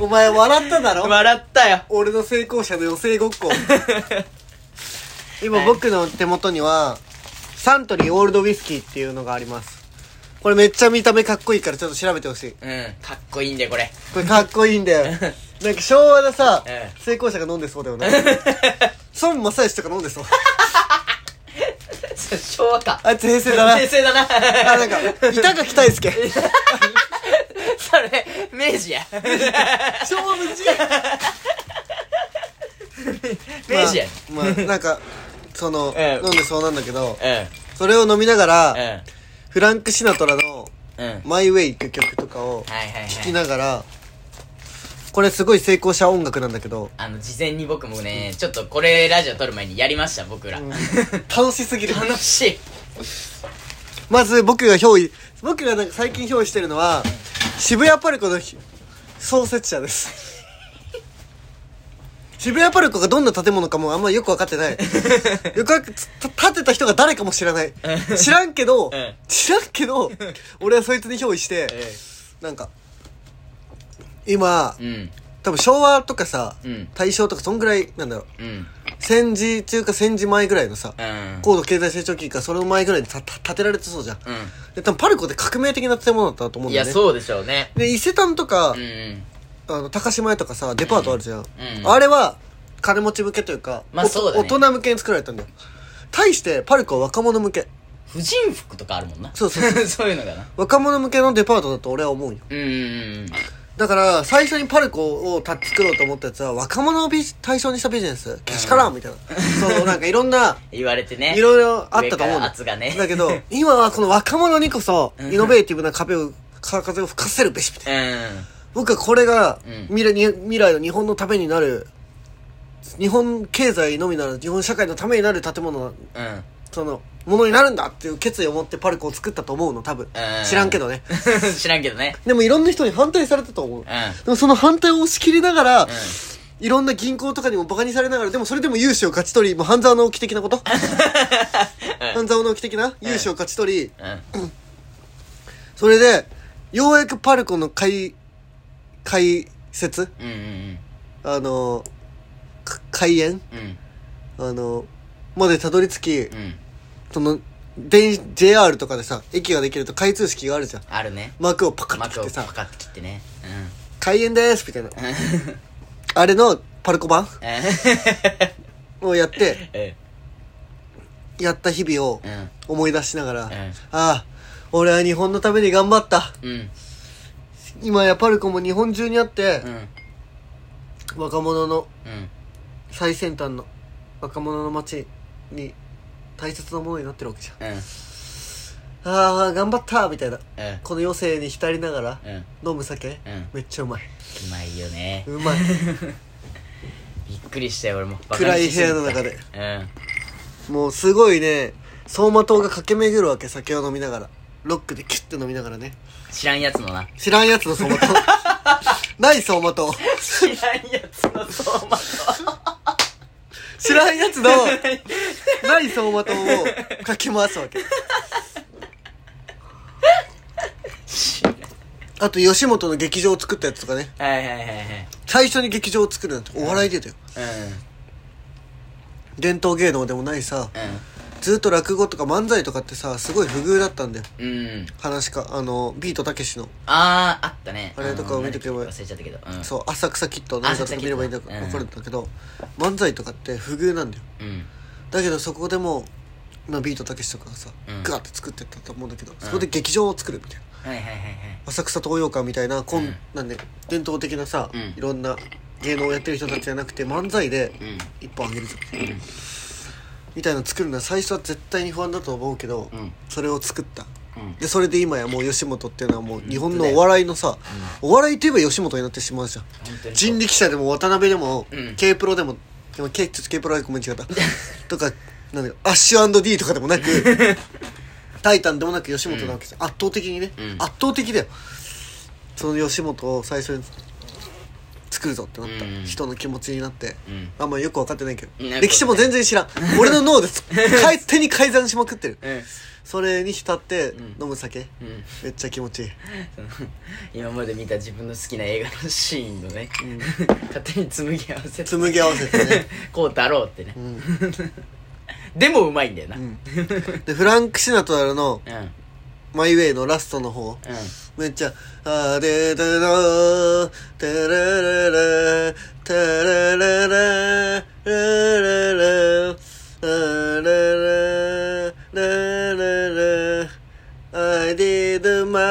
Speaker 1: お前笑った
Speaker 2: [LAUGHS]
Speaker 1: だろ
Speaker 2: 笑ったよ
Speaker 1: 俺の成功者の余生ごっこ今僕の手元にはサントリーオールドウィスキーっていうのがありますこれめっちゃ見た目かっこいいからちょっと調べてほしい
Speaker 2: うんかっこいいんだよこれ [LAUGHS]
Speaker 1: これかっこいいん [LAUGHS] だよなんか昭和のさ、
Speaker 2: え
Speaker 1: 成功者が飲んでそうだよね孫正義とか飲んでそう
Speaker 2: 昭和か
Speaker 1: あいつ平成だな
Speaker 2: 平成だ
Speaker 1: あな
Speaker 2: な
Speaker 1: んか板垣大 [LAUGHS] 輔
Speaker 2: [LAUGHS] それ明治や
Speaker 1: 昭和無事
Speaker 2: 明治や
Speaker 1: まあ、まあなんかそ [LAUGHS] の、
Speaker 2: ええ
Speaker 1: 飲んでそうなんだけど
Speaker 2: う
Speaker 1: それを飲みながら、
Speaker 2: んうん
Speaker 1: フランク・シナトラの
Speaker 2: うん
Speaker 1: 「マイ・ウェイ」っていう曲とかを
Speaker 2: はいはい
Speaker 1: 聴き
Speaker 2: はい
Speaker 1: ながらこれすごい成功者音楽なんだけど
Speaker 2: あの事前に僕もねちょっとこれラジオ撮る前にやりました僕 [LAUGHS] ら
Speaker 1: 楽しすぎる
Speaker 2: 楽しい
Speaker 1: まず僕が憑依僕がなんか最近憑依してるのは渋谷パルコのひ創設者です
Speaker 2: [LAUGHS]
Speaker 1: 渋谷パルコがどんな建物かもあんまよく分かってないよくわかつた建てた人が誰かも知らない知らんけ
Speaker 2: [LAUGHS]
Speaker 1: ど
Speaker 2: うん
Speaker 1: 知らんけど俺はそいつに憑依してなんか今
Speaker 2: うん
Speaker 1: 多分昭和とかさ、
Speaker 2: うん
Speaker 1: 大正とかそんぐらいなんだろう
Speaker 2: うん
Speaker 1: 戦時中か戦時前ぐらいのさ、
Speaker 2: うん
Speaker 1: 高度経済成長期かそれの前ぐらいでたた建てられてそうじゃん、
Speaker 2: う
Speaker 1: で多分パルコって革命的な建物だったと思うんん
Speaker 2: い
Speaker 1: だよ
Speaker 2: や
Speaker 1: ね
Speaker 2: そうでしょうね
Speaker 1: で伊勢丹とか、
Speaker 2: うんうん
Speaker 1: あの高島屋とかさデパートあるじゃん、
Speaker 2: うん
Speaker 1: あれは金持ち向けというか、
Speaker 2: まあ
Speaker 1: おと
Speaker 2: そうだね
Speaker 1: 大人向けに作られたんだよ対してパルコは若者向け
Speaker 2: 婦人服とかあるもんな
Speaker 1: そうそう
Speaker 2: [LAUGHS] そういうのかな
Speaker 1: 若者向けのデパートだと俺は思うよ
Speaker 2: うんうんうん
Speaker 1: だから最初にパルコをた作ろうと思ったやつは若者をビジ対象にしたビジネスけしからんみたいな、
Speaker 2: [LAUGHS]
Speaker 1: そうなんかいろんな
Speaker 2: 言われてね
Speaker 1: いろいろあったと思う
Speaker 2: 上から
Speaker 1: の
Speaker 2: 圧がね
Speaker 1: だけど今はこの若者にこそイノベーティブな壁を風を吹かせるべしみたいな
Speaker 2: う
Speaker 1: 僕はこれが
Speaker 2: うん
Speaker 1: 未来に未来の日本のためになる日本経済のみなら日本社会のためになる建物なん
Speaker 2: うん [LAUGHS]
Speaker 1: そのものになるんだっていう決意を持ってパルコを作ったと思うの多分
Speaker 2: ん
Speaker 1: 知らんけどね
Speaker 2: 知らんけどね
Speaker 1: でもいろんな人に反対されたと思う
Speaker 2: うんうん
Speaker 1: でもその反対を押し切りながら、いろんな銀行とかにもバカにされながら、でもそれでも融資を勝ち取り、もう半沢直樹的なこと
Speaker 2: [LAUGHS]
Speaker 1: 半沢直樹的な融資を勝ち取り、
Speaker 2: うん
Speaker 1: それで、ようやくパルコの開解説
Speaker 2: うんうん
Speaker 1: あの、か開演
Speaker 2: うんうん
Speaker 1: あの、までたどり着き
Speaker 2: う、ん
Speaker 1: その、電、JR とかでさ、駅ができると開通式があるじゃん。
Speaker 2: あるね
Speaker 1: 幕をパカッて切
Speaker 2: 幕
Speaker 1: っ
Speaker 2: を
Speaker 1: て
Speaker 2: パ
Speaker 1: さ、
Speaker 2: カッて切ってね
Speaker 1: 開演ですみたいな。
Speaker 2: うん
Speaker 1: あれのパルコ版
Speaker 2: え
Speaker 1: をやって、
Speaker 2: え
Speaker 1: やった日々を
Speaker 2: うん
Speaker 1: 思い出しながら、あ
Speaker 2: え
Speaker 1: あ、俺は日本のために頑張った。
Speaker 2: うん
Speaker 1: 今やパルコも日本中にあって
Speaker 2: う、ん
Speaker 1: 若者の
Speaker 2: うん
Speaker 1: 最先端の若者の街に大切なものになってるわけじゃん。
Speaker 2: うん
Speaker 1: ああ、頑張ったみたいな。
Speaker 2: うん
Speaker 1: この余生に浸りながら
Speaker 2: うん
Speaker 1: 飲む酒、
Speaker 2: うん
Speaker 1: めっちゃうまい。
Speaker 2: うまいよね
Speaker 1: う
Speaker 2: [LAUGHS]
Speaker 1: まい。
Speaker 2: びっくりしたよ俺もバカ
Speaker 1: 暗
Speaker 2: に
Speaker 1: い部
Speaker 2: しすぎ
Speaker 1: 屋
Speaker 2: た
Speaker 1: の中で。
Speaker 2: うん
Speaker 1: もうすごいね、走馬灯が駆け巡るわけ、酒を飲みながら。ロックでキュッて飲みながらね。
Speaker 2: 知らんやつのな
Speaker 1: 知らんやつの走馬
Speaker 2: [LAUGHS]
Speaker 1: 灯。ない走馬灯。
Speaker 2: 知らんやつの相馬
Speaker 1: 知らんやつの、ない走馬灯をかき回すわ
Speaker 2: [LAUGHS]
Speaker 1: け。あと、吉本の劇場を作ったやつとかね。
Speaker 2: はいはいはいはい
Speaker 1: 最初に劇場を作るなんて、お笑いでだよ。
Speaker 2: う
Speaker 1: 伝統芸能でもないさ、ずっと落語とか漫才とかってさ、すごい不遇だったんだよ。
Speaker 2: んうんうん
Speaker 1: 話か、あの、ビートたけしの、
Speaker 2: あああったね
Speaker 1: あれとかを見とけば
Speaker 2: うん忘れちゃったけどうん
Speaker 1: そう、浅草キッドの映画とか見ればいいんだ
Speaker 2: 浅草キッド
Speaker 1: わかるんだけど、漫才とかって不遇なんだよ。
Speaker 2: うん
Speaker 1: だけどそこでもう、まあ、ビートたけしとかがさ、
Speaker 2: うん
Speaker 1: ガーって作ってったと思うんだけど、そこで劇場を作るみたいな。
Speaker 2: はいはいはいはい
Speaker 1: 浅草東洋館みたいなこん、
Speaker 2: うん
Speaker 1: なんで伝統的なさ、
Speaker 2: うん
Speaker 1: いろんな芸能をやってる人たちじゃなくて漫才で
Speaker 2: うん
Speaker 1: 一本あげるぞ、みたいなの作るのは最初は絶対に不安だと思うけど、
Speaker 2: うん
Speaker 1: それを作った
Speaker 2: うん
Speaker 1: でそれで今やもう吉本っていうのはもう日本のお笑いのさ、お笑いといえば吉本になってしまうじゃん
Speaker 2: 本当に
Speaker 1: 人力車でも渡辺でも、
Speaker 2: うん
Speaker 1: K プロでもでも K ちょっと K プロはごめん
Speaker 2: [LAUGHS]
Speaker 1: 違ったとかなんだよアッシュ &D とかでもなくタイタンでもなく吉本なわけじゃん、圧倒的にね、
Speaker 2: うん
Speaker 1: 圧倒的だよその吉本を最初に作るぞってなった、
Speaker 2: うん
Speaker 1: 人の気持ちになって、
Speaker 2: うん
Speaker 1: あんまよく分かってないけど
Speaker 2: うん
Speaker 1: 歴史も全然知らん俺の
Speaker 2: [LAUGHS]
Speaker 1: 脳ですかい手に改ざんしまくってる
Speaker 2: うん
Speaker 1: それに浸って
Speaker 2: ん
Speaker 1: 飲む酒、
Speaker 2: うん
Speaker 1: めっちゃ気持ちいい
Speaker 2: その [LAUGHS] 今まで見た自分の好きな映画のシーンのね勝手に紡ぎ合わせて
Speaker 1: 紡ぎ合わせてね
Speaker 2: [LAUGHS] こうだろうってね
Speaker 1: ん
Speaker 2: [LAUGHS] でもうまいんだよなうん
Speaker 1: んでフランク・シナトラの
Speaker 2: うん
Speaker 1: 「マイ・ウェイ」のラストの方めっちゃ「あーでだろてれれれてれれれれれれあーれれれれれ I did my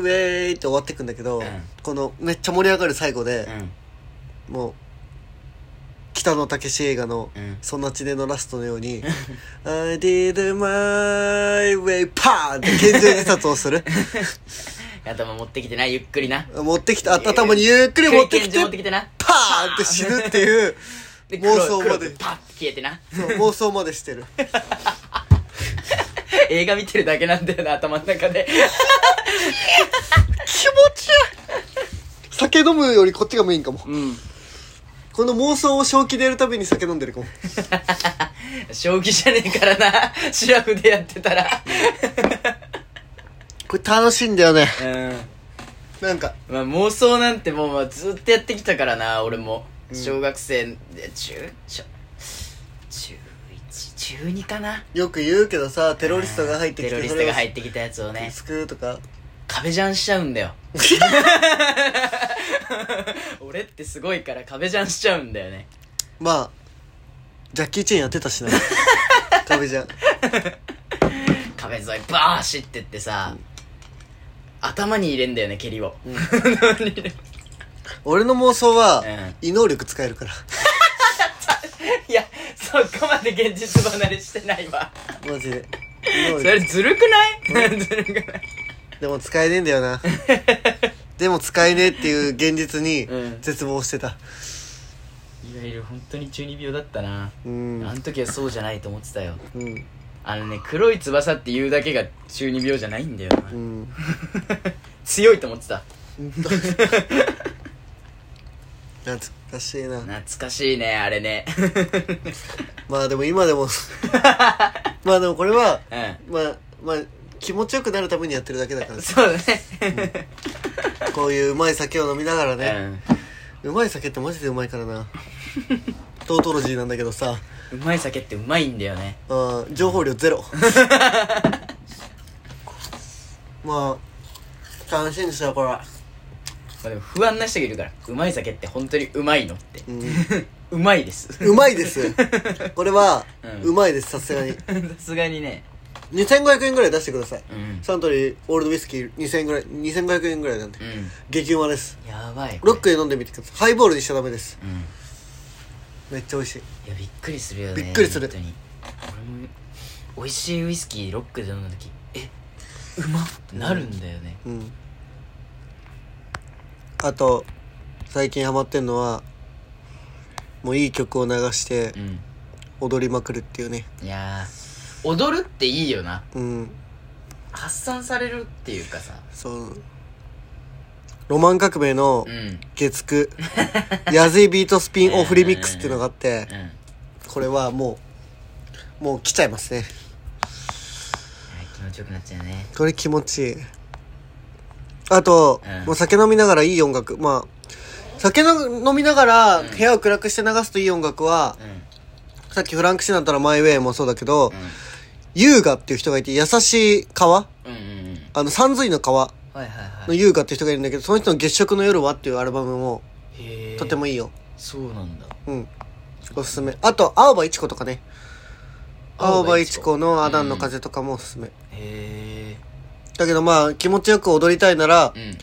Speaker 1: way」って終わってくんだけど、
Speaker 2: うん
Speaker 1: このめっちゃ盛り上がる最後で
Speaker 2: う、ん
Speaker 1: もう北野武映画の
Speaker 2: うん
Speaker 1: 「そんな地で」のラストのように [LAUGHS] 「I did my way」パーンって拳銃自殺を
Speaker 2: [LAUGHS]
Speaker 1: する
Speaker 2: 頭持ってきてなゆっくりな
Speaker 1: 持ってきて頭にゆっくり持ってきて
Speaker 2: 持ってきてな
Speaker 1: パーンって死ぬっていう
Speaker 2: [LAUGHS] で
Speaker 1: 妄想ま
Speaker 2: 黒
Speaker 1: で
Speaker 2: い黒くパッて消えてな [LAUGHS]
Speaker 1: そう妄想までしてる
Speaker 2: 映画見てるだけなんだよな頭の中で
Speaker 1: [LAUGHS] 気持ちいい酒飲むよりこっちがメインかも
Speaker 2: うん
Speaker 1: この妄想を正気でやるたびに酒飲んでるかも
Speaker 2: 将棋じゃねえからなシラフでやってたら
Speaker 1: これ楽しいんだよね
Speaker 2: [LAUGHS] うん
Speaker 1: なんか
Speaker 2: まあ、妄想なんてもうまあずっとやってきたからな俺も、小学生で中小中1中2かな
Speaker 1: よく言うけどさテロリストが入ってき
Speaker 2: テロ
Speaker 1: て
Speaker 2: リ
Speaker 1: そ
Speaker 2: スト
Speaker 1: れ
Speaker 2: が
Speaker 1: を
Speaker 2: 入ってきたやつをね
Speaker 1: 救うとか
Speaker 2: 壁ジャンしちゃう
Speaker 1: [LAUGHS]
Speaker 2: んだよ俺ってすごいから壁ジャンしちゃうんだよね
Speaker 1: まあジャッキー・チェンやってたしな [LAUGHS] 壁じゃん
Speaker 2: 壁沿いバーシってってさ、頭に入れんだよね蹴りを、 [LAUGHS]
Speaker 1: 俺の妄想は、
Speaker 2: う
Speaker 1: 異能力使えるから
Speaker 2: いやそこまで現実離れしてないわ
Speaker 1: マジで異能
Speaker 2: [LAUGHS] それ
Speaker 1: 力
Speaker 2: ずるくない [LAUGHS] ずるくない
Speaker 1: でも使えねえんだよ
Speaker 2: [LAUGHS]
Speaker 1: なでも使えねえっていう現実に
Speaker 2: うん
Speaker 1: 絶望してた
Speaker 2: いわゆる本当に中二病だったな
Speaker 1: うん
Speaker 2: あの時はそうじゃないと思ってたよ
Speaker 1: うん
Speaker 2: あのね黒い翼って言うだけが中二病じゃないんだよな
Speaker 1: うん
Speaker 2: 強いと思ってた
Speaker 1: 懐かしいな
Speaker 2: 懐かしいねあれね [LAUGHS]
Speaker 1: まあでも今でもまあでもこれは
Speaker 2: う
Speaker 1: まあまあ気持ちよくなるためにやってるだけだか
Speaker 2: んそうだね
Speaker 1: らこういううまい酒を飲みながら
Speaker 2: う
Speaker 1: ね、
Speaker 2: ん
Speaker 1: うまい酒ってマジでうまいからなトートロジーなんだけどさ
Speaker 2: うまい酒ってうまいんだよね
Speaker 1: うん情報量ゼロ [LAUGHS] まあ楽しいんですよこれは
Speaker 2: まあでも不安な人がいるからうまい酒って本当にうまいのって
Speaker 1: うん
Speaker 2: うまいです
Speaker 1: うまい
Speaker 2: [LAUGHS]
Speaker 1: ですこれは、
Speaker 2: う
Speaker 1: うまいですさすがに
Speaker 2: さすがにね
Speaker 1: 2500円ぐらい出してください
Speaker 2: うん
Speaker 1: サントリーオールドウィスキー2000円ぐらい2500円ぐらいなんで
Speaker 2: う
Speaker 1: 激うまです
Speaker 2: んやばい
Speaker 1: ロックで飲んでみてくださいハイボールにしちゃダメです
Speaker 2: うん
Speaker 1: めっちゃ美味しい
Speaker 2: いやびっくりするよね
Speaker 1: びっくりする
Speaker 2: 本当に俺も美味しいウイスキーロックで飲んだ時えうまっってなるんだよね
Speaker 1: うんあと最近ハマってんのはもういい曲を流して
Speaker 2: うん
Speaker 1: 踊りまくるっていうね
Speaker 2: いやー踊るっていいよな
Speaker 1: うん
Speaker 2: 発散されるっていうかさ
Speaker 1: そうロマン革命の
Speaker 2: うんうん
Speaker 1: 月9ヤズイビートスピンオフリミックスっていうのがあって
Speaker 2: いや
Speaker 1: これはもうもう来ちゃいますね
Speaker 2: 気持ちよくなっちゃうね
Speaker 1: これ気持ちいいあと、
Speaker 2: うん
Speaker 1: もう酒飲みながらいい音楽まあ酒の飲みながら部屋を暗くして流すといい音楽は、
Speaker 2: う
Speaker 1: さっきフランク・シナトラマイ・ウェイもそうだけど、
Speaker 2: ん
Speaker 1: 優雅っていう人がいて優しい川
Speaker 2: うんうんうんうん
Speaker 1: あの三髄の川
Speaker 2: はいはい
Speaker 1: の
Speaker 2: はい
Speaker 1: 優雅って人がいるんだけどその人の「月食の夜は」っていうアルバムも
Speaker 2: へえ
Speaker 1: とてもいいよ、
Speaker 2: そうなんだ
Speaker 1: うんおすすめあと青葉一子とかね青葉一子の「アダンの
Speaker 2: へ
Speaker 1: 風」とかもおすすめ、
Speaker 2: え
Speaker 1: だけどまあ気持ちよく踊りたいなら、
Speaker 2: うん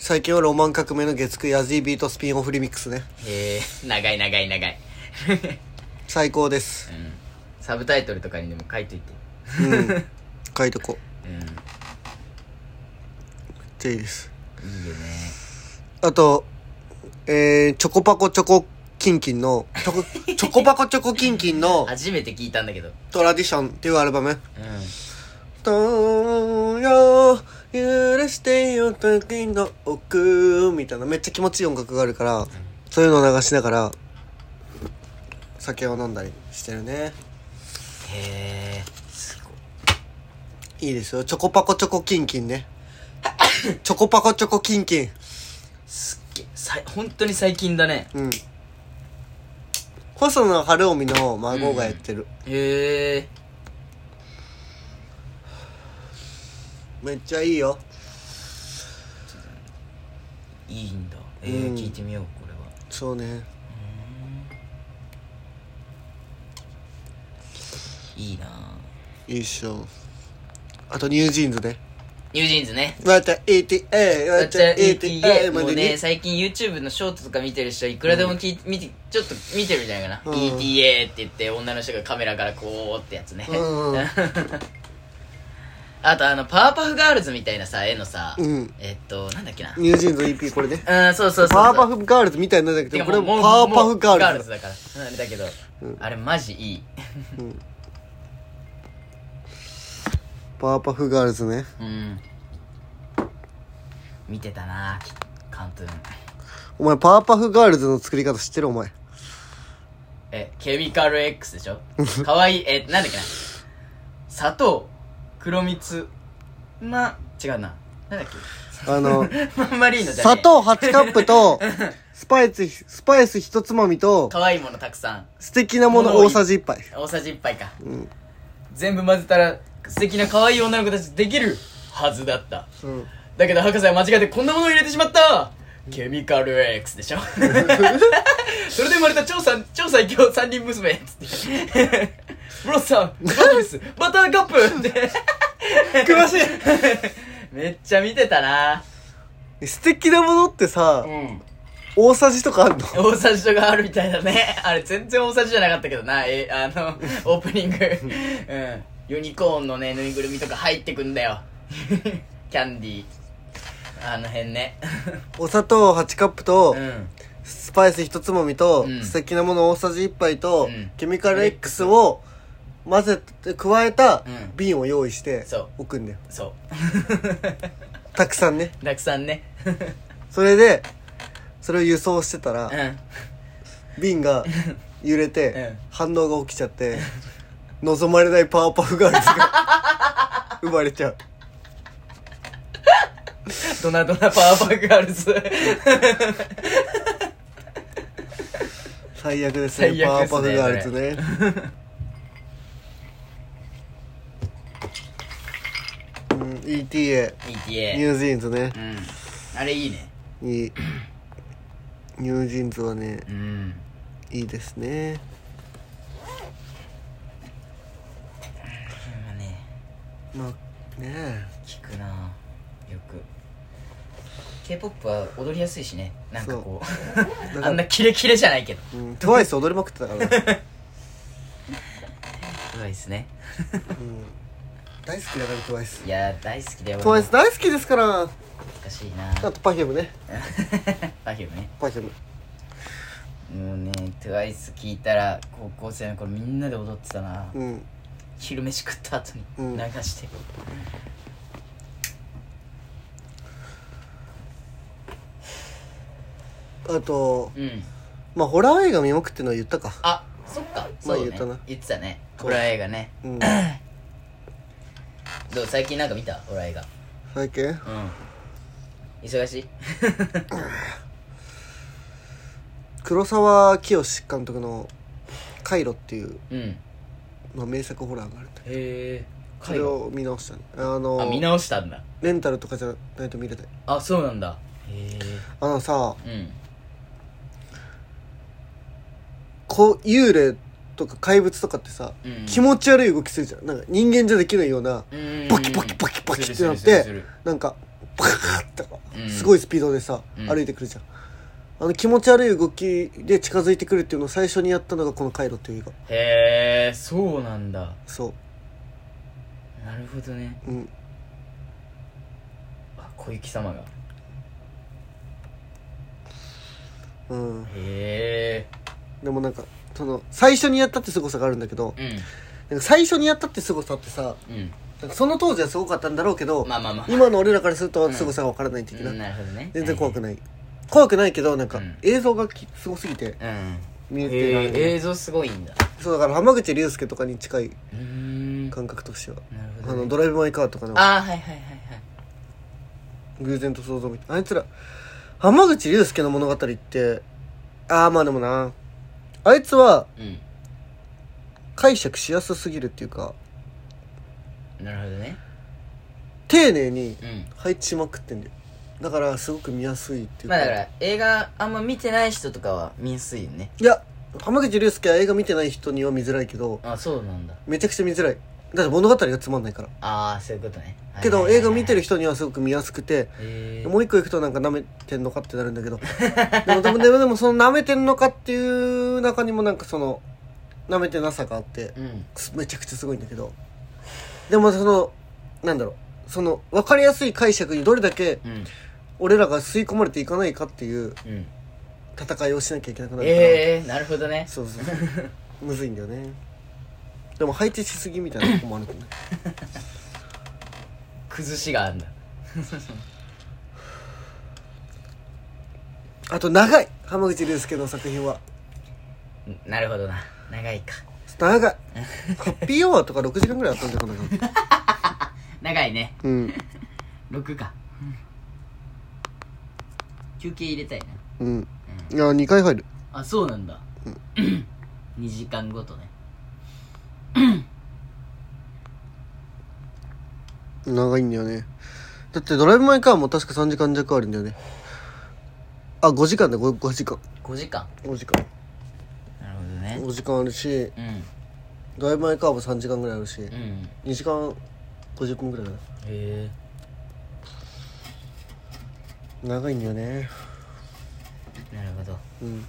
Speaker 1: 最近はロマン革命の月9ヤジービートスピンオフリミックスね
Speaker 2: へえ長い長い長 [LAUGHS] い
Speaker 1: 最高です
Speaker 2: うんサブタイトルとかにでも書いといて
Speaker 1: うん書いとこ
Speaker 2: う
Speaker 1: う
Speaker 2: ん
Speaker 1: っていいです
Speaker 2: いいよね
Speaker 1: あとえー、チョコパコチョコキンキンのチョコチョコパコチョコキンキンの
Speaker 2: 初めて聞いたんだけど
Speaker 1: トラディションっていうアルバム
Speaker 2: うん
Speaker 1: どうよ許してよ時の奥みたいなめっちゃ気持ちいい音楽があるからそういうのを流しながら酒を飲んだりしてるね
Speaker 2: へえすごい
Speaker 1: いいですよチョコパコチョコキンキンねチョコパコチョコキンキン
Speaker 2: すっげえさい本当に最近だね
Speaker 1: うん細野晴臣の孫がやってる、
Speaker 2: へえ
Speaker 1: めっちゃいいよ
Speaker 2: いいんだえー
Speaker 1: うん
Speaker 2: 聞いてみようこれは
Speaker 1: そうね
Speaker 2: いいなぁ
Speaker 1: いいっしょあとニュージーンズね
Speaker 2: ニュージーンズね
Speaker 1: また ETA
Speaker 2: だ
Speaker 1: ま
Speaker 2: ったて ETA
Speaker 1: ETA ま
Speaker 2: もう
Speaker 1: で
Speaker 2: ね
Speaker 1: に
Speaker 2: 最近 YouTube のショートとか見てる人いくらでも聞い見てちょっと見てるんじゃないかな、
Speaker 1: うん
Speaker 2: ETA って言って女の人がカメラからこうってやつね、
Speaker 1: うん
Speaker 2: [LAUGHS] あとあのパワーパフガールズみたいなさ絵のさ、
Speaker 1: うん
Speaker 2: えっとなんだっけな
Speaker 1: ニュージーンズ EP これね
Speaker 2: うんそうそうそうそう
Speaker 1: パワーパフガールズみたいになんだけ
Speaker 2: て
Speaker 1: ど
Speaker 2: か
Speaker 1: これ
Speaker 2: も
Speaker 1: も
Speaker 2: う
Speaker 1: パワーパ
Speaker 2: もうも
Speaker 1: フ
Speaker 2: う
Speaker 1: ガールズ
Speaker 2: ズだからうんあれだけど、あれマジいい
Speaker 1: パワーパフガールズね
Speaker 2: うん見てたなカントゥーン
Speaker 1: お前パワーパフガールズの作り方知ってるお
Speaker 2: [LAUGHS]
Speaker 1: 前
Speaker 2: え、ケミカル X で
Speaker 1: [LAUGHS]
Speaker 2: しょかわいい、え、なんだっけな。砂糖、黒蜜、ま、違うな。なんだっ
Speaker 1: あの
Speaker 2: けマンマリーノじゃね
Speaker 1: 砂
Speaker 2: え
Speaker 1: 糖8カップとスパイススパイスひとつまみと
Speaker 2: [LAUGHS] かわいいものたくさん。
Speaker 1: 素敵なもの大さじ1杯
Speaker 2: 大さじ1杯か。全部混ぜたら、素敵な可愛い女の子たちできるはずだった。
Speaker 1: うん
Speaker 2: だけど博士は間違えてこんなものを入れてしまったケミカル X でしょそれで生まれた超三超最強三人娘っつってブロスさんバトルスバターカップって
Speaker 1: 詳し
Speaker 2: めっちゃ見てたない
Speaker 1: 素敵なものってさ
Speaker 2: うん
Speaker 1: 大さじとかあんの
Speaker 2: 大さじとかあるみたいだねあれ全然大さじじゃなかったけどなえあのオープニングうんユニコーンのねぬいぐるみとか入ってくんだよキャンディーあの辺ね
Speaker 1: お砂糖8カップと
Speaker 2: うん
Speaker 1: スパイスひとつまみと
Speaker 2: うん
Speaker 1: 素敵なもの大さじ1杯と
Speaker 2: うん
Speaker 1: ケミカル X を混ぜて加えた
Speaker 2: うん
Speaker 1: 瓶を用意して
Speaker 2: そう
Speaker 1: 置くんだよ
Speaker 2: そう [LAUGHS]
Speaker 1: たくさんね
Speaker 2: たくさんね
Speaker 1: それでそれを輸送してた
Speaker 2: う
Speaker 1: ら
Speaker 2: ん
Speaker 1: 瓶
Speaker 2: [LAUGHS]
Speaker 1: が揺れ
Speaker 2: うん
Speaker 1: て反応が起きちゃって望まれない
Speaker 2: [LAUGHS]
Speaker 1: パワーパフガールズが生まれちゃう
Speaker 2: ドナドナパワーパーガールズ。
Speaker 1: 最悪ですね
Speaker 2: 最悪ですね
Speaker 1: パワーパフガールズね [LAUGHS] うん、ETA ニ
Speaker 2: ETA。
Speaker 1: ュージーンズね
Speaker 2: うん。あれいいね。
Speaker 1: いいニュージーンズはね
Speaker 2: うん。
Speaker 1: いいですね
Speaker 2: まあね、
Speaker 1: まあね
Speaker 2: 聞くなよく。K-POP は踊りやすいしね。なんかこ
Speaker 1: えだか
Speaker 2: う。[LAUGHS] あん
Speaker 1: ら
Speaker 2: なキレキレじゃないけど。
Speaker 1: うん、トワイス踊りまくってたから
Speaker 2: [LAUGHS]
Speaker 1: ね、
Speaker 2: うまいですね。
Speaker 1: うん、大好きだからトワイス
Speaker 2: いやー、大好きだよ。
Speaker 1: トワイス大好きですから
Speaker 2: 難しいな [LAUGHS]
Speaker 1: あとパフュームね
Speaker 2: パフュームね
Speaker 1: パフューム
Speaker 2: もうね TWICE 聞いたら高校生の頃みんなで踊ってたな、
Speaker 1: うん
Speaker 2: 昼飯食った後に
Speaker 1: うん
Speaker 2: 流して、
Speaker 1: あと
Speaker 2: うん
Speaker 1: まあホラー映画見まくってのは言ったか
Speaker 2: あそっかそうね
Speaker 1: 言ったな
Speaker 2: 言ってたね
Speaker 1: そう
Speaker 2: ホラー映画ね [CLEARS THROAT]
Speaker 1: うん
Speaker 2: どう最近なんか見たホラー映画
Speaker 1: 最近
Speaker 2: うん
Speaker 1: [LAUGHS]
Speaker 2: 忙しい
Speaker 1: 黒沢清監督の「カイロ」っていう、
Speaker 2: うんへ
Speaker 1: まあ、名作ホラーがあるんだけ
Speaker 2: え
Speaker 1: どそれを見直したねあ
Speaker 2: あ見
Speaker 1: の
Speaker 2: 直したんだ
Speaker 1: レンタルとかじゃないと見れない
Speaker 2: あそうなんだへ
Speaker 1: あのさ
Speaker 2: えうん
Speaker 1: こ幽霊とか怪物とかってさ、
Speaker 2: うん
Speaker 1: 気持ち悪い動きするじゃんなんか人間じゃできないようなバキバキバキバキってなってなんかバカーっ
Speaker 2: う
Speaker 1: て
Speaker 2: ん
Speaker 1: すごいスピードでさ、
Speaker 2: うん
Speaker 1: 歩いてくるじゃんあの気持ち悪い動きで近づいてくるっていうのを最初にやったのがこの「カイロ」っていう映画
Speaker 2: へえそうなんだ
Speaker 1: そ
Speaker 2: なるほどね
Speaker 1: ううん
Speaker 2: あ小雪様が
Speaker 1: うん
Speaker 2: へ
Speaker 1: でもなんかその最初にやったって凄さがあるんだけど
Speaker 2: え
Speaker 1: なんか最初にやったって凄さってさ
Speaker 2: うんうん
Speaker 1: なんかその当時はすごかったんだろうけど、
Speaker 2: まあまあまあ
Speaker 1: 今の俺らからすると凄さが分からない的な、
Speaker 2: うんなるほどね
Speaker 1: 全然怖く
Speaker 2: い
Speaker 1: ない、怖くないけどなんか
Speaker 2: うん
Speaker 1: 映像がきすごすぎて
Speaker 2: うん
Speaker 1: 見えてない、
Speaker 2: へえ映像すごいんだ
Speaker 1: そうだから浜口竜介とかに近いう
Speaker 2: ーんなる
Speaker 1: 感覚としては、
Speaker 2: ほ
Speaker 1: あ
Speaker 2: ど
Speaker 1: の
Speaker 2: ね
Speaker 1: ドライブ・マイ・カーとかの
Speaker 2: ああはいはいはい
Speaker 1: 偶然と想像みたいなあいつら浜口竜介の物語ってああまあでもなあいつは
Speaker 2: はい
Speaker 1: 解釈しやすすぎるっていうか
Speaker 2: うんなるほどね
Speaker 1: 丁寧に
Speaker 2: うん
Speaker 1: 配置しまくってんだよだからすごく見やすいっていう
Speaker 2: まあだから映画あんま見てない人とかは見やすいよね
Speaker 1: いや浜口竜介は映画見てない人には見づらいけど
Speaker 2: あそうなんだ
Speaker 1: めちゃくちゃ見づらいだって物語がつまんないから
Speaker 2: ああそういうことね
Speaker 1: けど映画見てる
Speaker 2: 人
Speaker 1: 人にはすごく見やすくて
Speaker 2: へえ
Speaker 1: もう一個行くとなんか舐めてんのかってなるんだけど [LAUGHS] でもでもでもでもその舐めてんのかっていう中にもなんかその舐めてなさがあって
Speaker 2: うん
Speaker 1: すめちゃくちゃすごいんだけどでもそのなんだろうその分かりやすい解釈にどれだけ
Speaker 2: うん
Speaker 1: 俺らが吸い込まれていかないかっていう
Speaker 2: うん
Speaker 1: 戦いをしなきゃいけなくなるから、
Speaker 2: ええなるほどね
Speaker 1: そうそうそうむずいんだよねでも配置しすぎみたいなとこもあるけどね
Speaker 2: 崩しがあるんだ
Speaker 1: あと長い浜口竜介の作品は
Speaker 2: なるほどな長いか
Speaker 1: 長いハッピーアワーとか6時間ぐらいあったんじゃないかな
Speaker 2: 長いね
Speaker 1: うん
Speaker 2: 6か休憩入れたいな
Speaker 1: うんいや2回入る
Speaker 2: あそうなんだ2時間ごとね
Speaker 1: 長いんだよねだってドライブ・マイ・カーも確か3時間弱あるんだよねあ5時間だ 5, 5時間
Speaker 2: 5時間
Speaker 1: 5時間
Speaker 2: なるほどね
Speaker 1: 5時間あるし
Speaker 2: うん
Speaker 1: ドライブ・マイ・カーも3時間ぐらいあるし
Speaker 2: うんへ
Speaker 1: 2時間50分ぐらいかな
Speaker 2: え
Speaker 1: 長いんだよね
Speaker 2: なるほど
Speaker 1: うん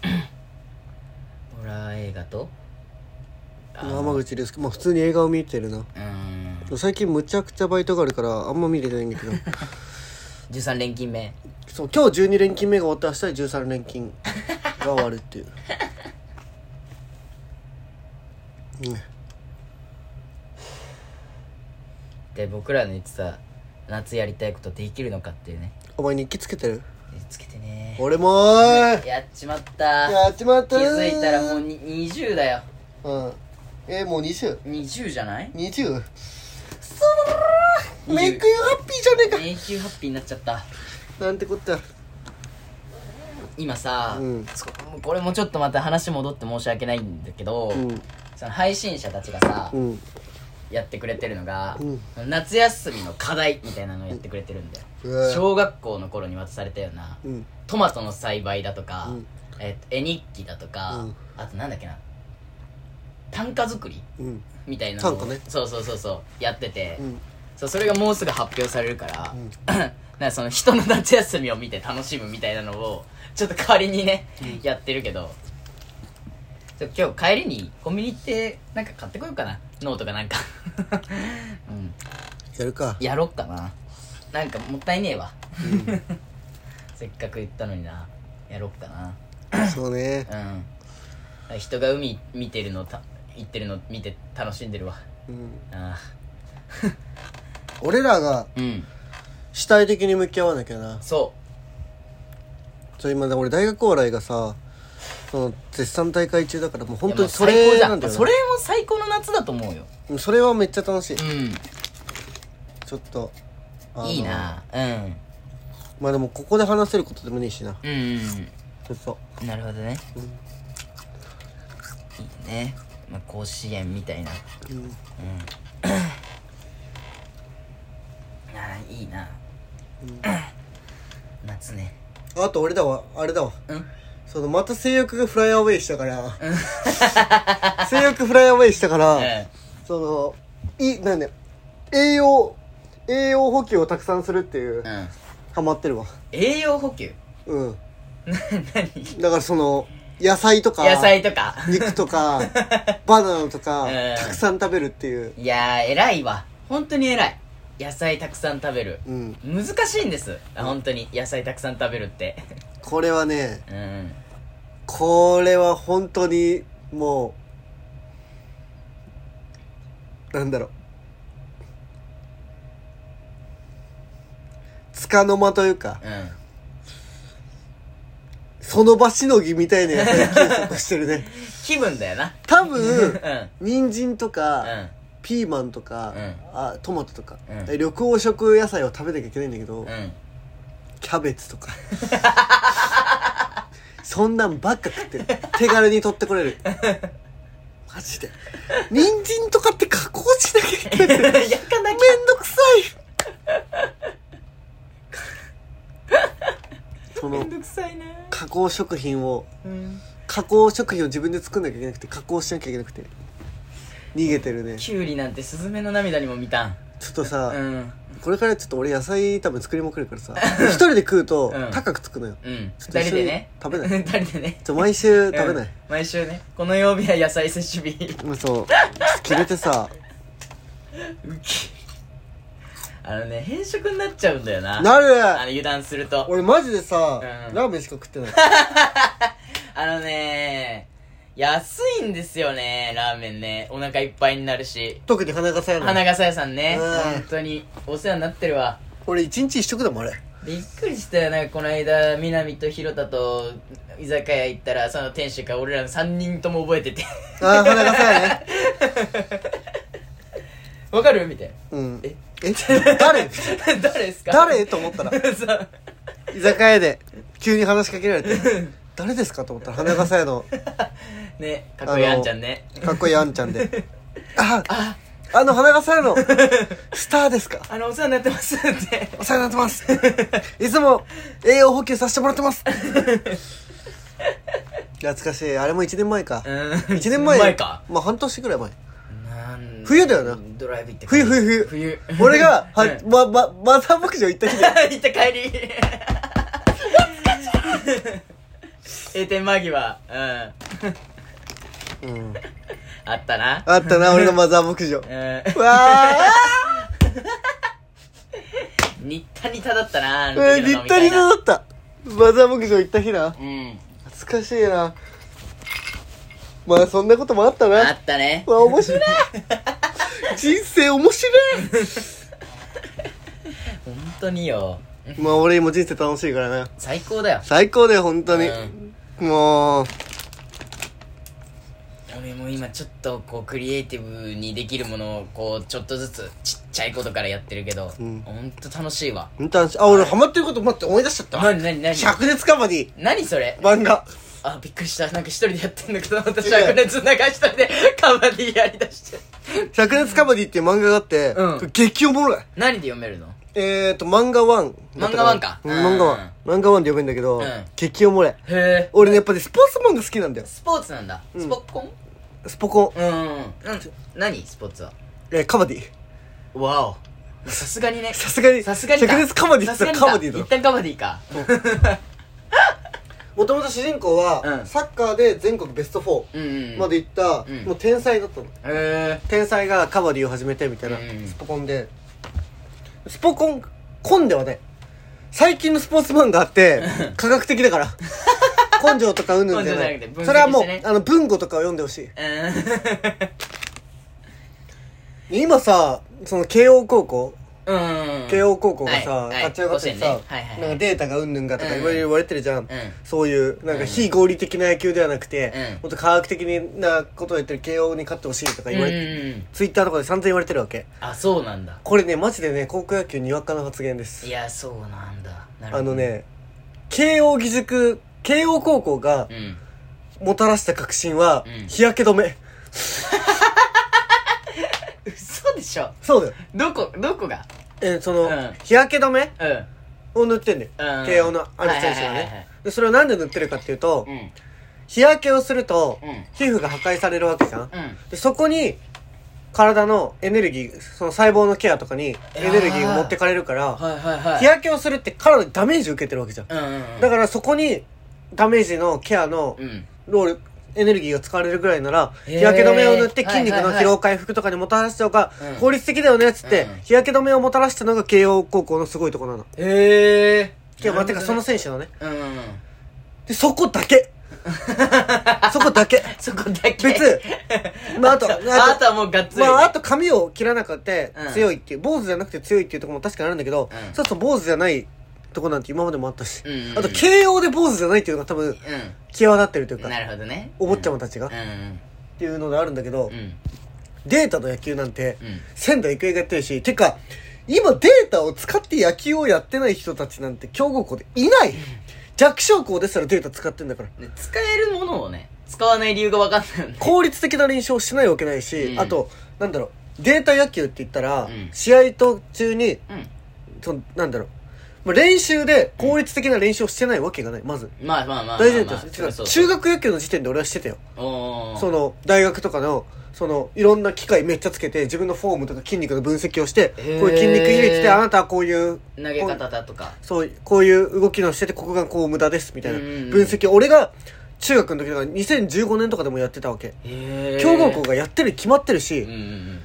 Speaker 2: ホラー映画とあー
Speaker 1: 浜口竜介まあ普通に映画を見てるな
Speaker 2: うーん
Speaker 1: 最近むちゃくちゃバイトがあるからあんま見れてないんだけ [LAUGHS] ど
Speaker 2: 13連勤目
Speaker 1: そう今日12連勤目が終わって明日で13連勤が終わるっていうね
Speaker 2: で僕らの言ってた夏やりたいことできるのかっていうね
Speaker 1: お前日記つけてる
Speaker 2: えつけてね
Speaker 1: 俺もーい
Speaker 2: やっちまった
Speaker 1: やっちまっ
Speaker 2: 気
Speaker 1: たー
Speaker 2: づいたらもうに20だよ
Speaker 1: うんえー、もう 20?20?
Speaker 2: 20じゃない
Speaker 1: 20? そらーメイクユーハッピーじゃねえか
Speaker 2: 永久ハッピーになっちゃった
Speaker 1: なんてこった
Speaker 2: 今さ、
Speaker 1: うん
Speaker 2: そこれもちょっとまた話戻って申し訳ないんだけど、
Speaker 1: うん
Speaker 2: その配信者たちがさ、
Speaker 1: うん
Speaker 2: やってくれてるのが、
Speaker 1: うん
Speaker 2: 夏休みの課題みたいなのをやってくれてるんだよ、
Speaker 1: うわ
Speaker 2: 小学校の頃に渡されたような、
Speaker 1: うん
Speaker 2: トマトの栽培だとか、
Speaker 1: うん
Speaker 2: えっと絵日記だとか、
Speaker 1: うん
Speaker 2: あとなんだっけな短歌作り
Speaker 1: うん
Speaker 2: みたいなのを
Speaker 1: 短歌ね
Speaker 2: そうそうそうそうやってて、
Speaker 1: うん
Speaker 2: そうそれがもうすぐ発表されるか
Speaker 1: う
Speaker 2: ら、
Speaker 1: ん
Speaker 2: [LAUGHS] なんかその人の夏休みを見て楽しむみたいなのをちょっと代わりにね、やってるけどそう今日帰りにコンビニ行ってなんか買ってこようかなノートかなんか、 [LAUGHS] うん、
Speaker 1: やるか
Speaker 2: やろっかななんかもったいねえわ、 [LAUGHS] せっかく言ったのになやろっかな
Speaker 1: そうね
Speaker 2: うん人が海見てるのた行ってるの見て楽しんでるわ
Speaker 1: うん
Speaker 2: あ
Speaker 1: 俺らが
Speaker 2: ーうん
Speaker 1: 主体的に向き合わなきゃな
Speaker 2: そ
Speaker 1: ちょ今ね俺大学お笑いがさその絶賛大会中だからもう
Speaker 2: う
Speaker 1: 本当にそ
Speaker 2: いやもう最高
Speaker 1: れ
Speaker 2: じゃ
Speaker 1: なんだよな
Speaker 2: それも最高の夏だと思うよ
Speaker 1: うんそれはめっちゃ楽しい
Speaker 2: うん
Speaker 1: ちょっとあの
Speaker 2: いいなうん
Speaker 1: まあでもここで話せることでもねえしな
Speaker 2: うんうん
Speaker 1: そうそう
Speaker 2: うんなるほどね
Speaker 1: うん
Speaker 2: いいね、まあ、甲子園みたいな
Speaker 1: うん
Speaker 2: あーいいな、夏ね
Speaker 1: あと俺だわあれだわ
Speaker 2: うん
Speaker 1: そのまた性欲がフライアウェイしたから
Speaker 2: [LAUGHS]
Speaker 1: 性欲フライアウェイしたから、
Speaker 2: え
Speaker 1: そのいなんだよ栄養栄養補給をたくさんするっていう、
Speaker 2: えうん
Speaker 1: ハマってるわ
Speaker 2: 栄養補給
Speaker 1: うん
Speaker 2: な何
Speaker 1: だからその野菜とか
Speaker 2: 野菜とか
Speaker 1: 肉と
Speaker 2: [LAUGHS]
Speaker 1: かバナナとか、
Speaker 2: うん
Speaker 1: たくさん食べるっていう
Speaker 2: いやー偉いわ本当に偉い野菜たくさん食べる
Speaker 1: うん
Speaker 2: 難しいんですあ本当に野菜たくさん食べるって [LAUGHS]
Speaker 1: これはね
Speaker 2: うん
Speaker 1: これは本当にもうなんだろうつかの間というか
Speaker 2: うん
Speaker 1: その場しのぎみたいな野菜検索してるね
Speaker 2: 気分だよな
Speaker 1: 多
Speaker 2: う [LAUGHS]
Speaker 1: 分
Speaker 2: んうん
Speaker 1: 人参とか、
Speaker 2: う
Speaker 1: ピーマンとか、
Speaker 2: うん
Speaker 1: あトマトとか、
Speaker 2: うん
Speaker 1: 緑黄色野菜を食べなきゃいけないんだけど、
Speaker 2: ん [LAUGHS]
Speaker 1: キャベツとかそんなんばっか食ってる手軽に取ってこれるマジで人参とかって加工しなきゃいけないめん
Speaker 2: やかなき
Speaker 1: どくさいそ
Speaker 2: ゃめ
Speaker 1: の
Speaker 2: んどくさいな
Speaker 1: 加工食品を
Speaker 2: うん
Speaker 1: 加工食品を自分で作んなきゃいけなくて加工しなきゃいけなくて逃げてるねち
Speaker 2: キュウリなんてスズメの涙にも見たん
Speaker 1: ょっとさ、
Speaker 2: うん
Speaker 1: これからちょっと俺野菜多分作りまくるから
Speaker 2: [LAUGHS]
Speaker 1: さ一人で食うと
Speaker 2: うん
Speaker 1: 高くつくのよ、
Speaker 2: うん
Speaker 1: ちょっと
Speaker 2: 二
Speaker 1: 一緒
Speaker 2: 人
Speaker 1: に
Speaker 2: でね
Speaker 1: 食べない
Speaker 2: [LAUGHS] 二人でね
Speaker 1: ちょ毎週食べない、
Speaker 2: うん毎週ねこの曜日は野菜摂取日 [LAUGHS]
Speaker 1: もうそう決めてさ
Speaker 2: ウキあのね変色になっちゃうんだよな
Speaker 1: な
Speaker 2: あの
Speaker 1: る
Speaker 2: 油断すると
Speaker 1: 俺マジでさ、
Speaker 2: うん
Speaker 1: ラーメンしか食ってない
Speaker 2: あのね安いんですよねラーメンねお腹いっぱいになるし
Speaker 1: 特に花がさやな
Speaker 2: 花
Speaker 1: い
Speaker 2: 笠屋さんね
Speaker 1: うん
Speaker 2: 本当にお世話になってるわ
Speaker 1: 俺一日一食だもんあ
Speaker 2: [LAUGHS]
Speaker 1: れ
Speaker 2: びっくりしたよなんかこの間南と広田と居酒屋行ったらその店主が俺らの3人とも覚えてて
Speaker 1: ああ花がさやね
Speaker 2: [LAUGHS] わかるみたいな
Speaker 1: うん
Speaker 2: え
Speaker 1: え誰
Speaker 2: 誰 [LAUGHS] ですか
Speaker 1: 誰と思ったら
Speaker 2: [LAUGHS] そう
Speaker 1: 居酒屋で急に話しかけられて誰ですかと思ったら花がさやの
Speaker 2: ねかっこいい
Speaker 1: あの
Speaker 2: あんちゃんね
Speaker 1: かっこいいあんちゃん
Speaker 2: [LAUGHS]
Speaker 1: であ
Speaker 2: あ
Speaker 1: あの花がさや
Speaker 2: [LAUGHS]
Speaker 1: のスターですか
Speaker 2: あのお世話になってますって
Speaker 1: お世話になってます。いつも栄養補給させてもらってます。懐かしい。あれも1年前か。
Speaker 2: [LAUGHS] うん
Speaker 1: 1年前。
Speaker 2: 前か
Speaker 1: まあ半年ぐらい前。
Speaker 2: なん
Speaker 1: 冬だよな
Speaker 2: ドライブ行って
Speaker 1: 冬冬冬。
Speaker 2: 冬
Speaker 1: 俺が、は
Speaker 2: [LAUGHS] うん、
Speaker 1: ま、ま、マザー牧場行った日だよ。
Speaker 2: [LAUGHS] 行った帰り閉店間際う
Speaker 1: う
Speaker 2: ん
Speaker 1: ん。
Speaker 2: あったな
Speaker 1: あったな、俺のマザー牧場。
Speaker 2: う
Speaker 1: うわ
Speaker 2: ん新田に田だったなあ [LAUGHS]
Speaker 1: ー
Speaker 2: の時
Speaker 1: うん、
Speaker 2: の
Speaker 1: 立
Speaker 2: 飲み
Speaker 1: 派
Speaker 2: 会
Speaker 1: にだった。マザー牧場行った日な。
Speaker 2: うん
Speaker 1: 懐かしいな。まあそんなこともあった
Speaker 2: あ
Speaker 1: な。
Speaker 2: ったね
Speaker 1: うわ、面白い。人生面
Speaker 2: [LAUGHS]
Speaker 1: 白い。
Speaker 2: 本当によ
Speaker 1: まあ俺今人生楽しいからな。
Speaker 2: 最高だよ
Speaker 1: 最高だよ本当に、もう
Speaker 2: 俺も今ちょっとこうクリエイティブにできるものをこうちょっとずつちっちゃいことからやってるけど、
Speaker 1: うん
Speaker 2: ほんと楽しいわ。
Speaker 1: 見たんしあ俺ハマってること待って思い出しちゃった
Speaker 2: なになになに
Speaker 1: 灼熱カバディ
Speaker 2: 何それ
Speaker 1: 漫画
Speaker 2: あ、びっくりした。なんか一人でやってんだけど、私は熱なんか一人でカバディやりだして。
Speaker 1: 灼熱カバディっていう漫画があって、
Speaker 2: うん
Speaker 1: これ激おもろい
Speaker 2: 何で読めるの
Speaker 1: えーと漫画1
Speaker 2: 漫画ワンか
Speaker 1: うん漫画1漫画1で読めんだけど、
Speaker 2: うん
Speaker 1: 激おもろい
Speaker 2: へえ。
Speaker 1: 俺ねやっぱりスポーツ漫画好きなんだよ
Speaker 2: スポーツなんだ。
Speaker 1: うん
Speaker 2: スポッコン
Speaker 1: スポコン、
Speaker 2: うんうんうん。なん何スポーツは。
Speaker 1: えーカバディ
Speaker 2: わお。さすがにね。
Speaker 1: さすがに
Speaker 2: さすがにか。
Speaker 1: 灼熱カバディっ
Speaker 2: さ
Speaker 1: て
Speaker 2: す
Speaker 1: 言
Speaker 2: が
Speaker 1: っ
Speaker 2: に
Speaker 1: た
Speaker 2: から
Speaker 1: カバディだ
Speaker 2: 一
Speaker 1: ろ
Speaker 2: 旦カバディか。
Speaker 1: もともと主人公は、
Speaker 2: うん
Speaker 1: サッカーで全国ベスト4
Speaker 2: うんうん。
Speaker 1: まで行った、
Speaker 2: うん
Speaker 1: もう天才だったの
Speaker 2: へ
Speaker 1: 天才がカバディを始めてみたいな、
Speaker 2: うん
Speaker 1: スポコンでスポコンコンではない最近のスポーツ漫画
Speaker 2: [LAUGHS]
Speaker 1: って科学的だから根性とかうんぬんじゃない
Speaker 2: 根性じゃなくて分析してね
Speaker 1: それはもうあの文語とかを読んでほ
Speaker 2: [LAUGHS]
Speaker 1: しい
Speaker 2: え。
Speaker 1: 今さその慶応高校
Speaker 2: うん。うん。
Speaker 1: 慶応高校がさ、
Speaker 2: はいはい
Speaker 1: 立ち上がってさ、
Speaker 2: 甲子園ねはいはいはい
Speaker 1: なんかデータがうんぬんがとか
Speaker 2: うん
Speaker 1: いろいろ言われてるじゃん、
Speaker 2: う
Speaker 1: そういうなんか非合理的な野球ではなくて、
Speaker 2: うん
Speaker 1: もっと科学的なことをやってる慶応に勝ってほしいとか
Speaker 2: ん。
Speaker 1: 言
Speaker 2: う
Speaker 1: わ
Speaker 2: ん
Speaker 1: れて、
Speaker 2: うん。
Speaker 1: ツイッターとかで散々言われてるわけ
Speaker 2: あ、そうなんだ。
Speaker 1: これねマジでね高校野球にわかの発言です
Speaker 2: いや、そうなんだ。なるほど。
Speaker 1: あの。ね、慶応義塾、慶応高校が
Speaker 2: うん。
Speaker 1: もたらした革新は
Speaker 2: うん、
Speaker 1: 日焼け止め。
Speaker 2: 嘘でしょ。
Speaker 1: そうだよ。
Speaker 2: どこ、どこが
Speaker 1: えー、そうの
Speaker 2: ん、
Speaker 1: 日焼け止め
Speaker 2: うん。
Speaker 1: を塗ってんだよ
Speaker 2: う。ん
Speaker 1: 慶応のある選手が
Speaker 2: はいはいはいはい
Speaker 1: ね。で、それをなんで塗ってるかっていうと
Speaker 2: う、ん。
Speaker 1: 日焼けをすると
Speaker 2: うん、
Speaker 1: 皮膚が破壊されるわけじゃん。
Speaker 2: うん。
Speaker 1: で、そこに、体のエネルギー、その細胞のケアとかにエネルギーが持ってかれるから、
Speaker 2: はいはいはい。
Speaker 1: 日焼けをするって体にダメージ受けてるわけじゃん。
Speaker 2: うんうんうん。
Speaker 1: だからそこに、ダメージのケアの
Speaker 2: うん。
Speaker 1: ロールエネルギーが使われるぐらいなら
Speaker 2: へー
Speaker 1: 日焼け止めを塗って
Speaker 2: はいは
Speaker 1: 筋
Speaker 2: い
Speaker 1: 肉の疲労回復とかにもたらした方が
Speaker 2: うん
Speaker 1: 効率的だよねっつって
Speaker 2: うん
Speaker 1: 日焼け止めをもたらしたのが慶応高校のすごいとこなの。
Speaker 2: へえ。
Speaker 1: いやまあ、てかその選手のね。
Speaker 2: うんうんうん。
Speaker 1: でそこだ
Speaker 2: [LAUGHS]
Speaker 1: けそこだけ
Speaker 2: そこだけ。
Speaker 1: 別まああ
Speaker 2: [LAUGHS]
Speaker 1: と
Speaker 2: あ
Speaker 1: あ
Speaker 2: とあとはもうがっつり。
Speaker 1: まああと髪を切らなくて
Speaker 2: うん
Speaker 1: 強いっていう坊主じゃなくて強いっていうところも確かにあるんだけど
Speaker 2: うん
Speaker 1: そうすると坊主じゃないとこなんて今までもあったし
Speaker 2: うんうんうん
Speaker 1: あと慶応で坊主じゃないっていうのが多分際立ってるという
Speaker 2: うん。
Speaker 1: か
Speaker 2: なるほどね。
Speaker 1: お坊ちゃまたちが
Speaker 2: うんうん
Speaker 1: っていうのがあるんだけど
Speaker 2: うん。うん。
Speaker 1: データの野球なんて
Speaker 2: うん。
Speaker 1: 仙台育英がやってるし、てか、今データを使って野球をやってない人たちなんて強豪校でいない弱小校ですらデータ使ってんだから。
Speaker 2: で使えるものをね、使わない理由が分かんないよね。
Speaker 1: 効率的な練習をしないわけないし、
Speaker 2: うん
Speaker 1: あと、なんだろう、データ野球って言ったら、
Speaker 2: うん
Speaker 1: 試合途中に、
Speaker 2: う
Speaker 1: その、なんだろう、まあ練習で効率的な練習をしてないわけがない、まず。
Speaker 2: ん。まあまあまあまあまあ。
Speaker 1: 大事だったんです
Speaker 2: そうそう
Speaker 1: 中学野球の時点で俺はしてたよ。
Speaker 2: おー
Speaker 1: その、大学とかの、その、いろんな機械めっちゃつけて、自分のフォームとか筋肉の分析をして、こう
Speaker 2: へー
Speaker 1: いう筋肉入れてて、あなたはこういう、
Speaker 2: 投げ方だとか。
Speaker 1: そう、こういう動きのしてて、ここがこう無駄です、みたいな
Speaker 2: うんうんうん
Speaker 1: 分析を。俺が、中学の時だから2015年とかでもやってたわけ。
Speaker 2: へー
Speaker 1: 強豪校がやってるに決まってる
Speaker 2: うん
Speaker 1: し、
Speaker 2: うん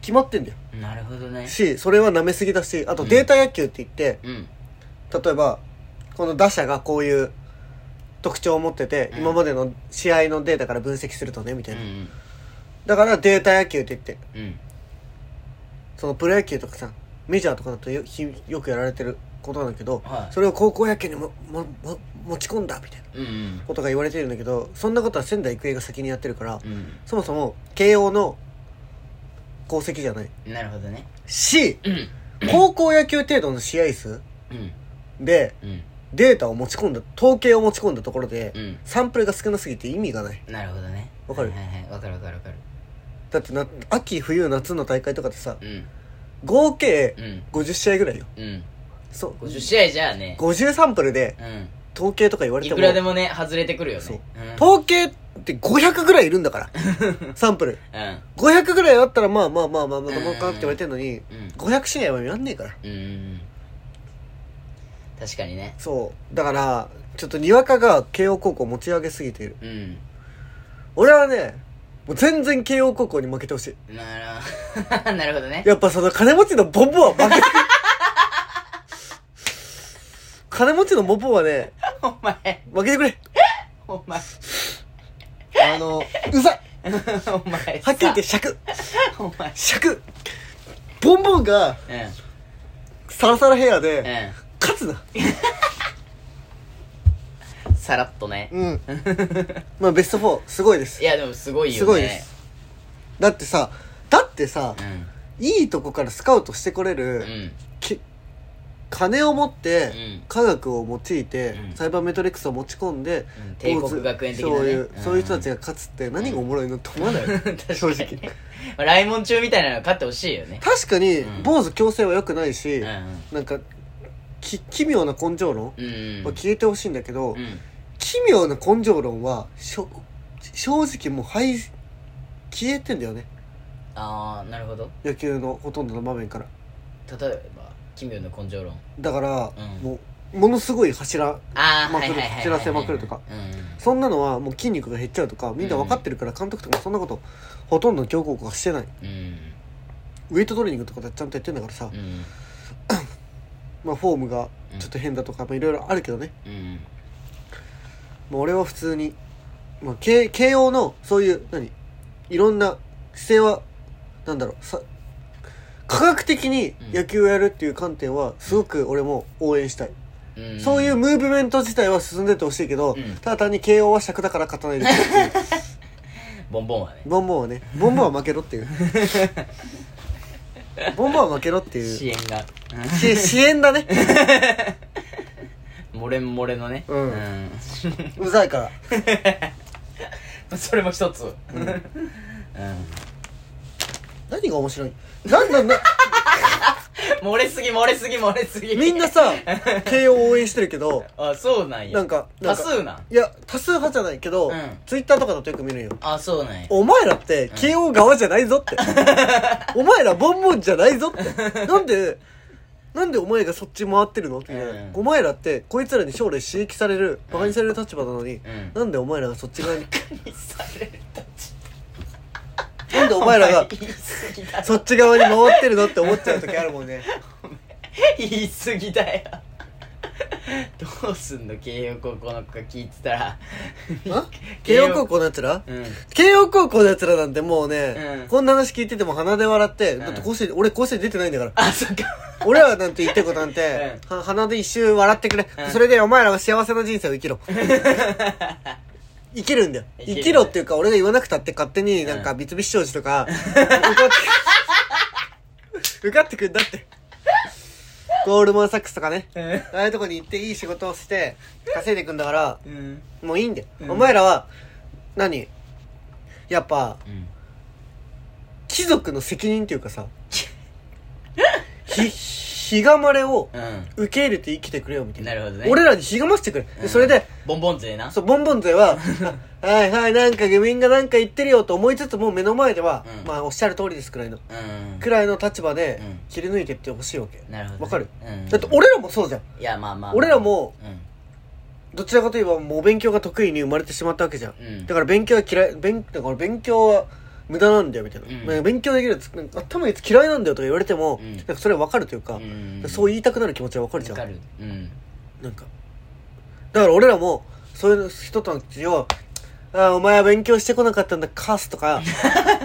Speaker 1: 決まってんだよ。
Speaker 2: うん。なるほどね。
Speaker 1: し、それは舐めすぎだし、あと
Speaker 2: うん
Speaker 1: データ野球って言って、
Speaker 2: うん。
Speaker 1: 例えば、この打者がこういう特徴を持ってて、
Speaker 2: うん
Speaker 1: 今までの試合のデータから分析するとね、み
Speaker 2: う
Speaker 1: たいな。
Speaker 2: ん
Speaker 1: だからデータ野球って言って、
Speaker 2: うん。うん。
Speaker 1: そのプロ野球とかさ、メジャーとかだとよひよくやられてることなんだけど、
Speaker 2: はい
Speaker 1: それを高校野球にももも持ち込んだ、みたいな。
Speaker 2: うんうん。
Speaker 1: ことが言われてるんだけどそんなことは仙台育英が先にやってるから、
Speaker 2: う
Speaker 1: そもそも慶応の功績じゃない
Speaker 2: ん。なるほどね。
Speaker 1: し
Speaker 2: うん。
Speaker 1: 高校野球程度の試合数
Speaker 2: うん。
Speaker 1: で
Speaker 2: うん。
Speaker 1: データを持ち込んだ統計を持ち込んだところで、
Speaker 2: うん。
Speaker 1: サンプルが少なすぎて意味がない
Speaker 2: なるほどね。
Speaker 1: わかる
Speaker 2: はいはいはい。わかるわかるわかる。
Speaker 1: だってな秋冬夏の大会とかでさ
Speaker 2: うん。
Speaker 1: 合計
Speaker 2: うん。
Speaker 1: 50試合ぐらいよ
Speaker 2: うん。
Speaker 1: そう
Speaker 2: 50試合じゃあね。
Speaker 1: 50サンプルで
Speaker 2: うん。
Speaker 1: 統計とか言われ
Speaker 2: い
Speaker 1: ても
Speaker 2: くらでもね、外れてくるよね。
Speaker 1: そう
Speaker 2: うん。
Speaker 1: 統計って500ぐらいいるんだからサンプル
Speaker 2: うん。
Speaker 1: 500ぐらいあったらまあまあまあまあまあまあかなって言われてるのに
Speaker 2: うん。
Speaker 1: 500試合はやんねえから
Speaker 2: うんうんうん確かにね
Speaker 1: そうだからちょっとにわかが慶応高校持ち上げすぎている
Speaker 2: うん
Speaker 1: 俺はねもう全然慶応高校に負けてほしい
Speaker 2: なら [LAUGHS] なるほどね
Speaker 1: やっぱその金持ちのボボは負けて金持ちのボボはね
Speaker 2: お前
Speaker 1: 負けてくれ
Speaker 2: お前 [LAUGHS]
Speaker 1: あのうざい
Speaker 2: お前
Speaker 1: はっきり言って
Speaker 2: さ
Speaker 1: 尺
Speaker 2: お前
Speaker 1: 尺ボンボンが
Speaker 2: う
Speaker 1: サラサラヘア
Speaker 2: ん
Speaker 1: で勝つな
Speaker 2: うんさらっとね
Speaker 1: うん [LAUGHS] まあベスト4すごいです
Speaker 2: いやでもすごいよね
Speaker 1: すごいですだってさだってさ
Speaker 2: うん
Speaker 1: いいとこからスカウトしてこれ
Speaker 2: うん
Speaker 1: る、
Speaker 2: うん
Speaker 1: き金を持って、科学を用いて、
Speaker 2: うん
Speaker 1: サイバーメトリックスを持ち込んで、
Speaker 2: 帝国学園的なね
Speaker 1: そういう、
Speaker 2: ん
Speaker 1: そういう人たちが勝つって何がおもろいのって思わない、
Speaker 2: 確かに、ね、
Speaker 1: [LAUGHS] 正直
Speaker 2: まあライモン中みたいなの勝ってほしいよね
Speaker 1: 確かに、
Speaker 2: うん
Speaker 1: 坊主強制は良くないし、
Speaker 2: うん
Speaker 1: なんかき奇妙な根性論
Speaker 2: うん
Speaker 1: は消えてほしいんだけど、
Speaker 2: うん
Speaker 1: 奇妙な根性論はしょ正直もう廃消えてんだよね
Speaker 2: ああなるほど
Speaker 1: 野球のほとんどの場面から
Speaker 2: 例えば奇妙な根性論
Speaker 1: だから、
Speaker 2: うん
Speaker 1: もうものすごい柱
Speaker 2: ああ
Speaker 1: ま
Speaker 2: は
Speaker 1: く
Speaker 2: い
Speaker 1: る
Speaker 2: はいはい
Speaker 1: 知らせまくるとか
Speaker 2: うんうん
Speaker 1: そんなのはもう筋肉が減っちゃうとかみんな分かってるから監督とかそんなことほとんどの強豪国はしてない
Speaker 2: うん
Speaker 1: ウェイトトレーニングとかだってちゃんとやってんだからさ、
Speaker 2: うん
Speaker 1: まあ、フォームがちょっと変だとかまあいろいろあるけどね、
Speaker 2: うん
Speaker 1: まあ、俺は普通に、まあ、慶慶応のそういう何いろんな姿勢はなんだろうさ科学的に野球をやるっていう観点はすごく俺も応援したい、
Speaker 2: うん
Speaker 1: そういうムーブメント自体は進んでってほしいけど、
Speaker 2: うん
Speaker 1: ただ単に慶応は尺だから勝たないでくれっていう
Speaker 2: [LAUGHS] ボンボンはね
Speaker 1: ボンボンはねボンボンは負けろ
Speaker 2: [LAUGHS]
Speaker 1: っていうボンボンは負けろっていう
Speaker 2: 支援が
Speaker 1: 支支援だね
Speaker 2: 漏れん漏れのね
Speaker 1: うん
Speaker 2: ん [LAUGHS]
Speaker 1: うざいから
Speaker 2: それも一つうん
Speaker 1: 何が面白いなんだな
Speaker 2: 漏れすぎ漏れすぎ漏れすぎ
Speaker 1: みんな
Speaker 2: [LAUGHS]
Speaker 1: さ慶応応援してるけど
Speaker 2: あそうなんや
Speaker 1: なんかな
Speaker 2: 多
Speaker 1: んか
Speaker 2: 数なん
Speaker 1: いや多数派じゃないけど、
Speaker 2: うん
Speaker 1: ツイッターとかだとよく見るよ
Speaker 2: あそうなん [LAUGHS] や
Speaker 1: お前らって慶応側じゃないぞ
Speaker 2: [LAUGHS]
Speaker 1: って、お前らボンボンじゃないぞってなんでなんでお前がそっち回ってるのって、
Speaker 2: うん
Speaker 1: お前らってこいつらに将来刺激されるバカにされる立場なのに、
Speaker 2: うん
Speaker 1: なんでお前らがそっち側に
Speaker 2: 何されるたち
Speaker 1: なんでお前ら
Speaker 2: [LAUGHS]
Speaker 1: が
Speaker 2: 言い過ぎだろ
Speaker 1: そっち側に回ってるのって思っちゃう時あるも
Speaker 2: [LAUGHS]
Speaker 1: んね
Speaker 2: 言い過ぎだよ [LAUGHS] どうすんの慶応高校の子が聞いてたら [LAUGHS]
Speaker 1: あ慶応高校のやつら
Speaker 2: うん
Speaker 1: 慶応高校のやつらなんてもうね、
Speaker 2: うん
Speaker 1: こんな話聞いてても鼻で笑って、
Speaker 2: ん
Speaker 1: だって甲子園俺甲子園出てないんだから
Speaker 2: あそっか
Speaker 1: 俺らなんて言ってることなん
Speaker 2: [LAUGHS]
Speaker 1: て、は鼻で一周笑ってくれ、
Speaker 2: うん
Speaker 1: それでお前らは幸せな人生を生
Speaker 2: [LAUGHS]
Speaker 1: きろ生きるんだよ
Speaker 2: 生きる
Speaker 1: 生きろっていうか俺が言わなくたって勝手になんか
Speaker 2: う
Speaker 1: 三菱商事とか、受かって受かってくんだってゴールドマンサックスとかねああいうとこに行っていい仕事をして稼いでいくんだから
Speaker 2: うん
Speaker 1: もういいんだよ、
Speaker 2: うん
Speaker 1: お前らは何やっぱ
Speaker 2: うん
Speaker 1: 貴族の責任っていうか
Speaker 2: [LAUGHS]
Speaker 1: さひひがまれを
Speaker 2: う
Speaker 1: 受け入れて生きてくれよみたいな
Speaker 2: なるほどね
Speaker 1: 俺らにひがましてくれ、
Speaker 2: ん
Speaker 1: でそれで
Speaker 2: ボンボン勢な
Speaker 1: そうボンボン勢
Speaker 2: [LAUGHS]
Speaker 1: はあはいはいなんかみんななんか言ってるよと思いつつも目の前では、
Speaker 2: うん
Speaker 1: まあおっしゃる通りですくらいの
Speaker 2: うん
Speaker 1: くらいの立場で
Speaker 2: うん
Speaker 1: 切り抜いてってほしいわけ、
Speaker 2: なるほどね
Speaker 1: わかる
Speaker 2: うん
Speaker 1: だって俺らもそうじゃん
Speaker 2: いやまあまあ
Speaker 1: 俺らも
Speaker 2: う
Speaker 1: どちらかといえばもう勉強が得意に生まれてしまったわけじゃん、
Speaker 2: うん
Speaker 1: だから勉強は嫌い勉だから勉強は無駄なんだよみたいな、
Speaker 2: うん
Speaker 1: なんか勉強できるやつなんか頭のやつ嫌いなんだよとか言われても、
Speaker 2: うん
Speaker 1: なんかそれはわかるというか、
Speaker 2: んうん
Speaker 1: そう言いたくなる気持ちはわかるじゃん
Speaker 2: わかるうん
Speaker 1: なんかだから俺らもそういう人たちを「ああお前は勉強してこなかったんだカス」とか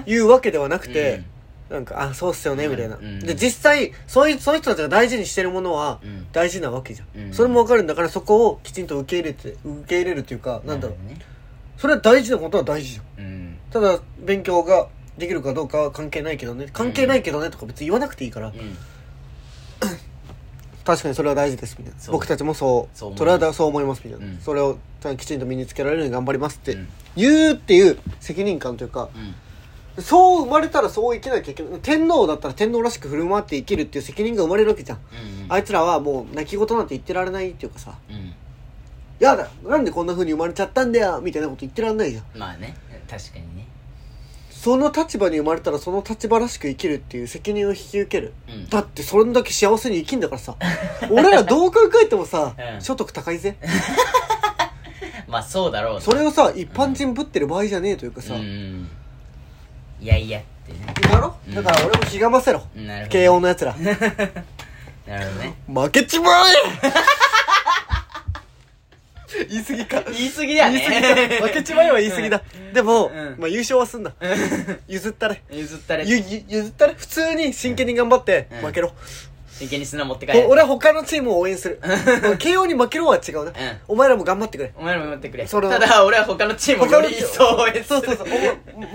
Speaker 1: 言うわけではなくて、なんか「あそうっすよね」みたいな、
Speaker 2: うんうん
Speaker 1: で実際そういうそういう人たちが大事にしてるものは
Speaker 2: うん
Speaker 1: 大事なわけじゃん、
Speaker 2: うん
Speaker 1: それもわかるんだからそこをきちんと受け入れて受け入れるというかなんだろう
Speaker 2: なる
Speaker 1: それは大事なことは大事じゃん
Speaker 2: ほどね
Speaker 1: ただ勉強ができるかどうかは関係ないけどね関係ないけどねとか別に言わなくていいから、
Speaker 2: うんうん
Speaker 1: 確かにそれは大事ですみたいな
Speaker 2: そう
Speaker 1: 僕たちもそう
Speaker 2: そう思います
Speaker 1: それはだそう思いますみたいな、
Speaker 2: うん
Speaker 1: それをただきちんと身につけられるように頑張りますって
Speaker 2: うん
Speaker 1: 言うっていう責任感というか、
Speaker 2: うん
Speaker 1: そう生まれたらそう生きなきゃいけない天皇だったら天皇らしく振る舞って生きるっていう責任が生まれるわけじゃん、
Speaker 2: うんうん
Speaker 1: あいつらはもう泣き言なんて言ってられないっていうかさ
Speaker 2: うん
Speaker 1: 「やだなんでこんな風に生まれちゃったんだよ」みたいなこと言ってらんないじゃん
Speaker 2: まあね確かにね
Speaker 1: その立場に生まれたらその立場らしく生きるっていう責任を引き受ける、
Speaker 2: うん
Speaker 1: だってそれだけ幸せに生きんだからさ俺らどう考えてもさ、
Speaker 2: [LAUGHS] うん
Speaker 1: 所得高いぜ
Speaker 2: まあそうだろうね
Speaker 1: それをさ一般人ぶってる場合じゃねえというかさ、
Speaker 2: うんいやいやってね
Speaker 1: だろ、
Speaker 2: うん
Speaker 1: だから俺もひがませろ
Speaker 2: なるほど
Speaker 1: 慶応のや
Speaker 2: [LAUGHS]
Speaker 1: つら
Speaker 2: なるほどね
Speaker 1: 負けちまえ言い過ぎか
Speaker 2: [LAUGHS] 言い過ぎだよね
Speaker 1: 負けちまえは言い過ぎだでも、
Speaker 2: うん
Speaker 1: まあ優勝はすんな譲ったれ
Speaker 2: 譲ったれ
Speaker 1: ゆゆ譲ったれ普通に真剣に頑張って
Speaker 2: うん
Speaker 1: 負けろ、
Speaker 2: 池に砂持って帰
Speaker 1: ほ
Speaker 2: る。
Speaker 1: 俺は他のチームを応援するもう慶応に負ける方は違うな、お前らも頑張ってくれ
Speaker 2: お前らも持ってくれ。
Speaker 1: それを
Speaker 2: ただ、俺は他のチームをより一層応援する。
Speaker 1: そうそうそう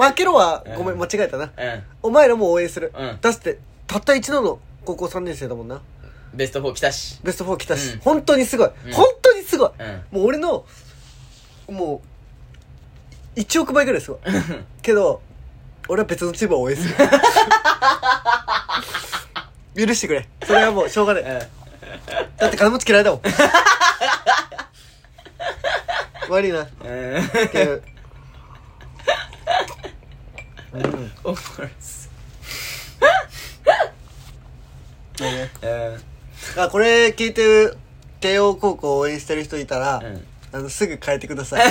Speaker 1: お負けろはごめん
Speaker 2: うん
Speaker 1: 間違えたな
Speaker 2: う
Speaker 1: お前らも応援する、
Speaker 2: うん。
Speaker 1: だってたった一度の高校3年生だもんなん
Speaker 2: ベスト4来たし。
Speaker 1: ベスト4来たし、
Speaker 2: うん
Speaker 1: 本当にすごい、
Speaker 2: うん
Speaker 1: 本当にすごい、
Speaker 2: うん。
Speaker 1: もう俺のもう1億倍ぐらいすごいけど俺は別のチームを応援
Speaker 2: [LAUGHS]
Speaker 1: する許してくれそれはもうしょうがないだって金持ち嫌いだ
Speaker 2: [LAUGHS]
Speaker 1: もん悪いな
Speaker 2: うん。
Speaker 1: けどうん
Speaker 2: オフコース。
Speaker 1: だね
Speaker 2: うん。
Speaker 1: あこれ聞いてる慶応高校を応援してる人いたら、
Speaker 2: うん
Speaker 1: あのすぐ変えてくださ
Speaker 2: [LAUGHS]
Speaker 1: い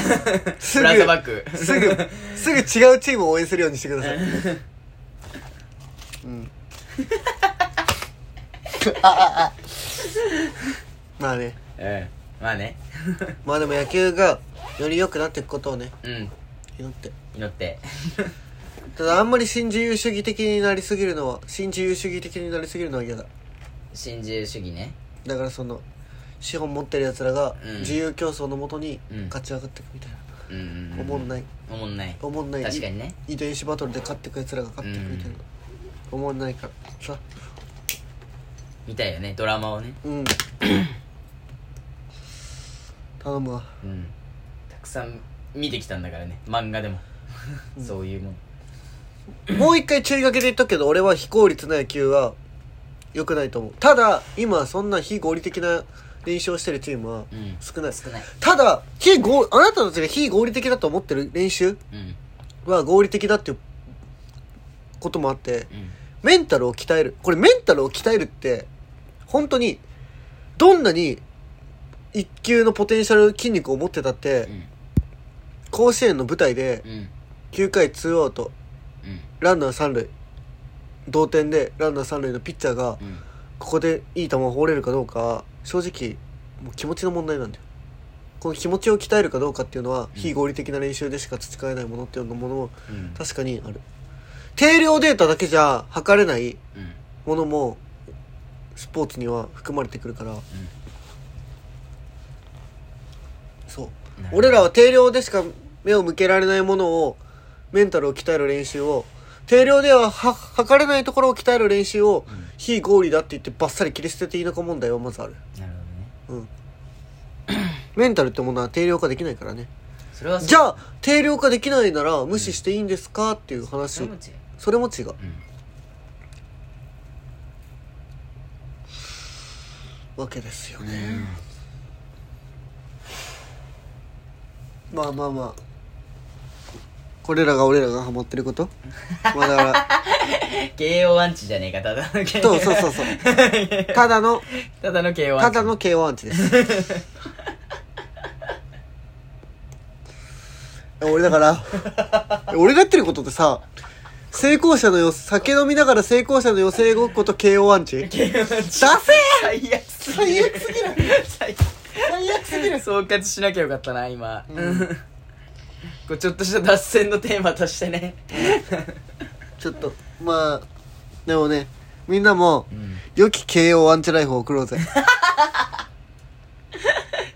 Speaker 1: す
Speaker 2: ブ
Speaker 1: ぐ
Speaker 2: ラザーバック。
Speaker 1: す
Speaker 2: [LAUGHS]
Speaker 1: ぐすぐ違うチームを応援するようにしてください、うん、あああ [LAUGHS] まあね
Speaker 2: うん。まあね。
Speaker 1: まあでも野球がより良くなっていくことをね
Speaker 2: うん。
Speaker 1: 祈って
Speaker 2: 祈って。
Speaker 1: ただあんまり新自由主義的になりすぎるのは新自由主義的になりすぎるのは嫌だ
Speaker 2: 新自由主義ね。
Speaker 1: だからその資本持ってる奴らが
Speaker 2: うん
Speaker 1: 自由競争のもとに
Speaker 2: うん
Speaker 1: 勝ち上がっていくみたいな、
Speaker 2: うんうんうん。
Speaker 1: おもんない
Speaker 2: おもんない。
Speaker 1: おもんない
Speaker 2: 確かにね。
Speaker 1: 遺伝子バトルで勝ってく奴らが勝っていくみたいな、おもんないからさ
Speaker 2: 見たいよね、ドラマをね。
Speaker 1: うん [COUGHS] 頼むわ
Speaker 2: うん。たくさん見てきたんだからね。漫画で [LAUGHS] も。そういうもん。
Speaker 1: もう一回注意書きで言ったけど俺は非効率な野球は良くないと思うただ今そんな非合理的な練習をしてるチームは
Speaker 2: うん。
Speaker 1: 少ない
Speaker 2: 少ない。
Speaker 1: ただ非合あなたたちが非合理的だと思ってる練習
Speaker 2: うん。
Speaker 1: は合理的だっていうこともあって
Speaker 2: うん。
Speaker 1: メンタルを鍛えるこれメンタルを鍛えるって本当にどんなに一級のポテンシャル筋肉を持ってたって
Speaker 2: うん。
Speaker 1: 甲子園の舞台で
Speaker 2: うん。
Speaker 1: 9回ツーアウト
Speaker 2: うん。
Speaker 1: ランナー三塁同点でランナー三塁のピッチャーが
Speaker 2: うん。
Speaker 1: ここでいい球を放れるかどうかは正直もう気持ちの問題なんだよこの気持ちを鍛えるかどうかっていうのは
Speaker 2: うん
Speaker 1: 非合理的な練習でしか培えないものっていうのものも
Speaker 2: うん。
Speaker 1: 確かにある定量データだけじゃ測れない
Speaker 2: うん。
Speaker 1: ものもスポーツには含まれてくるからそう
Speaker 2: なるほど
Speaker 1: 俺らは定量でしか目を向けられないものをメンタルを鍛える練習を定量ではは測れないところを鍛える練習を
Speaker 2: うん
Speaker 1: 非合理だって言ってバッサリ切り捨てていいのか問題はまずある
Speaker 2: なるほどね
Speaker 1: うん [COUGHS] メンタルってものは定量化できないからね
Speaker 2: それは
Speaker 1: じゃあ定量化できないなら無視していいんですかっていう
Speaker 2: そ
Speaker 1: 話
Speaker 2: れ
Speaker 1: を
Speaker 2: も違う
Speaker 1: それも違う
Speaker 2: うん
Speaker 1: わけですよ
Speaker 2: う
Speaker 1: ね
Speaker 2: ん
Speaker 1: まあまあまあこれらが俺らがハマってることまあだから
Speaker 2: [LAUGHS] 慶応アンチじゃねえかただの慶応
Speaker 1: そうそうそうそうただの
Speaker 2: [LAUGHS] ただの慶応ア
Speaker 1: た
Speaker 2: ンチ
Speaker 1: だの KO アンチです [LAUGHS] 俺だから俺がやってることってさ成功者のよ酒飲みながら成功者の予成ごっこと KO アンチ
Speaker 2: 慶応アンチ
Speaker 1: ダセ
Speaker 2: 最悪すぎ
Speaker 1: 最
Speaker 2: る
Speaker 1: 悪すぎる
Speaker 2: 最悪
Speaker 1: 最悪すぎる
Speaker 2: 総括しなきゃよかったな今
Speaker 1: うん
Speaker 2: こうちょっとした脱線のテーマとしてね
Speaker 1: ちょっとまあでもねみんなも
Speaker 2: ん
Speaker 1: 良き KO アンチライフを送ろうぜ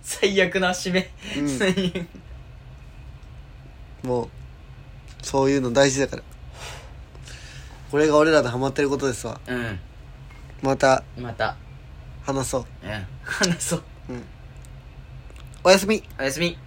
Speaker 2: 最悪な締め
Speaker 1: うん
Speaker 2: [LAUGHS] 最悪
Speaker 1: もうそういうの大事だからこれが俺らのハマってることですわ
Speaker 2: うん
Speaker 1: また
Speaker 2: また
Speaker 1: 話そう
Speaker 2: うん話そう
Speaker 1: おやすみ
Speaker 2: おやすみ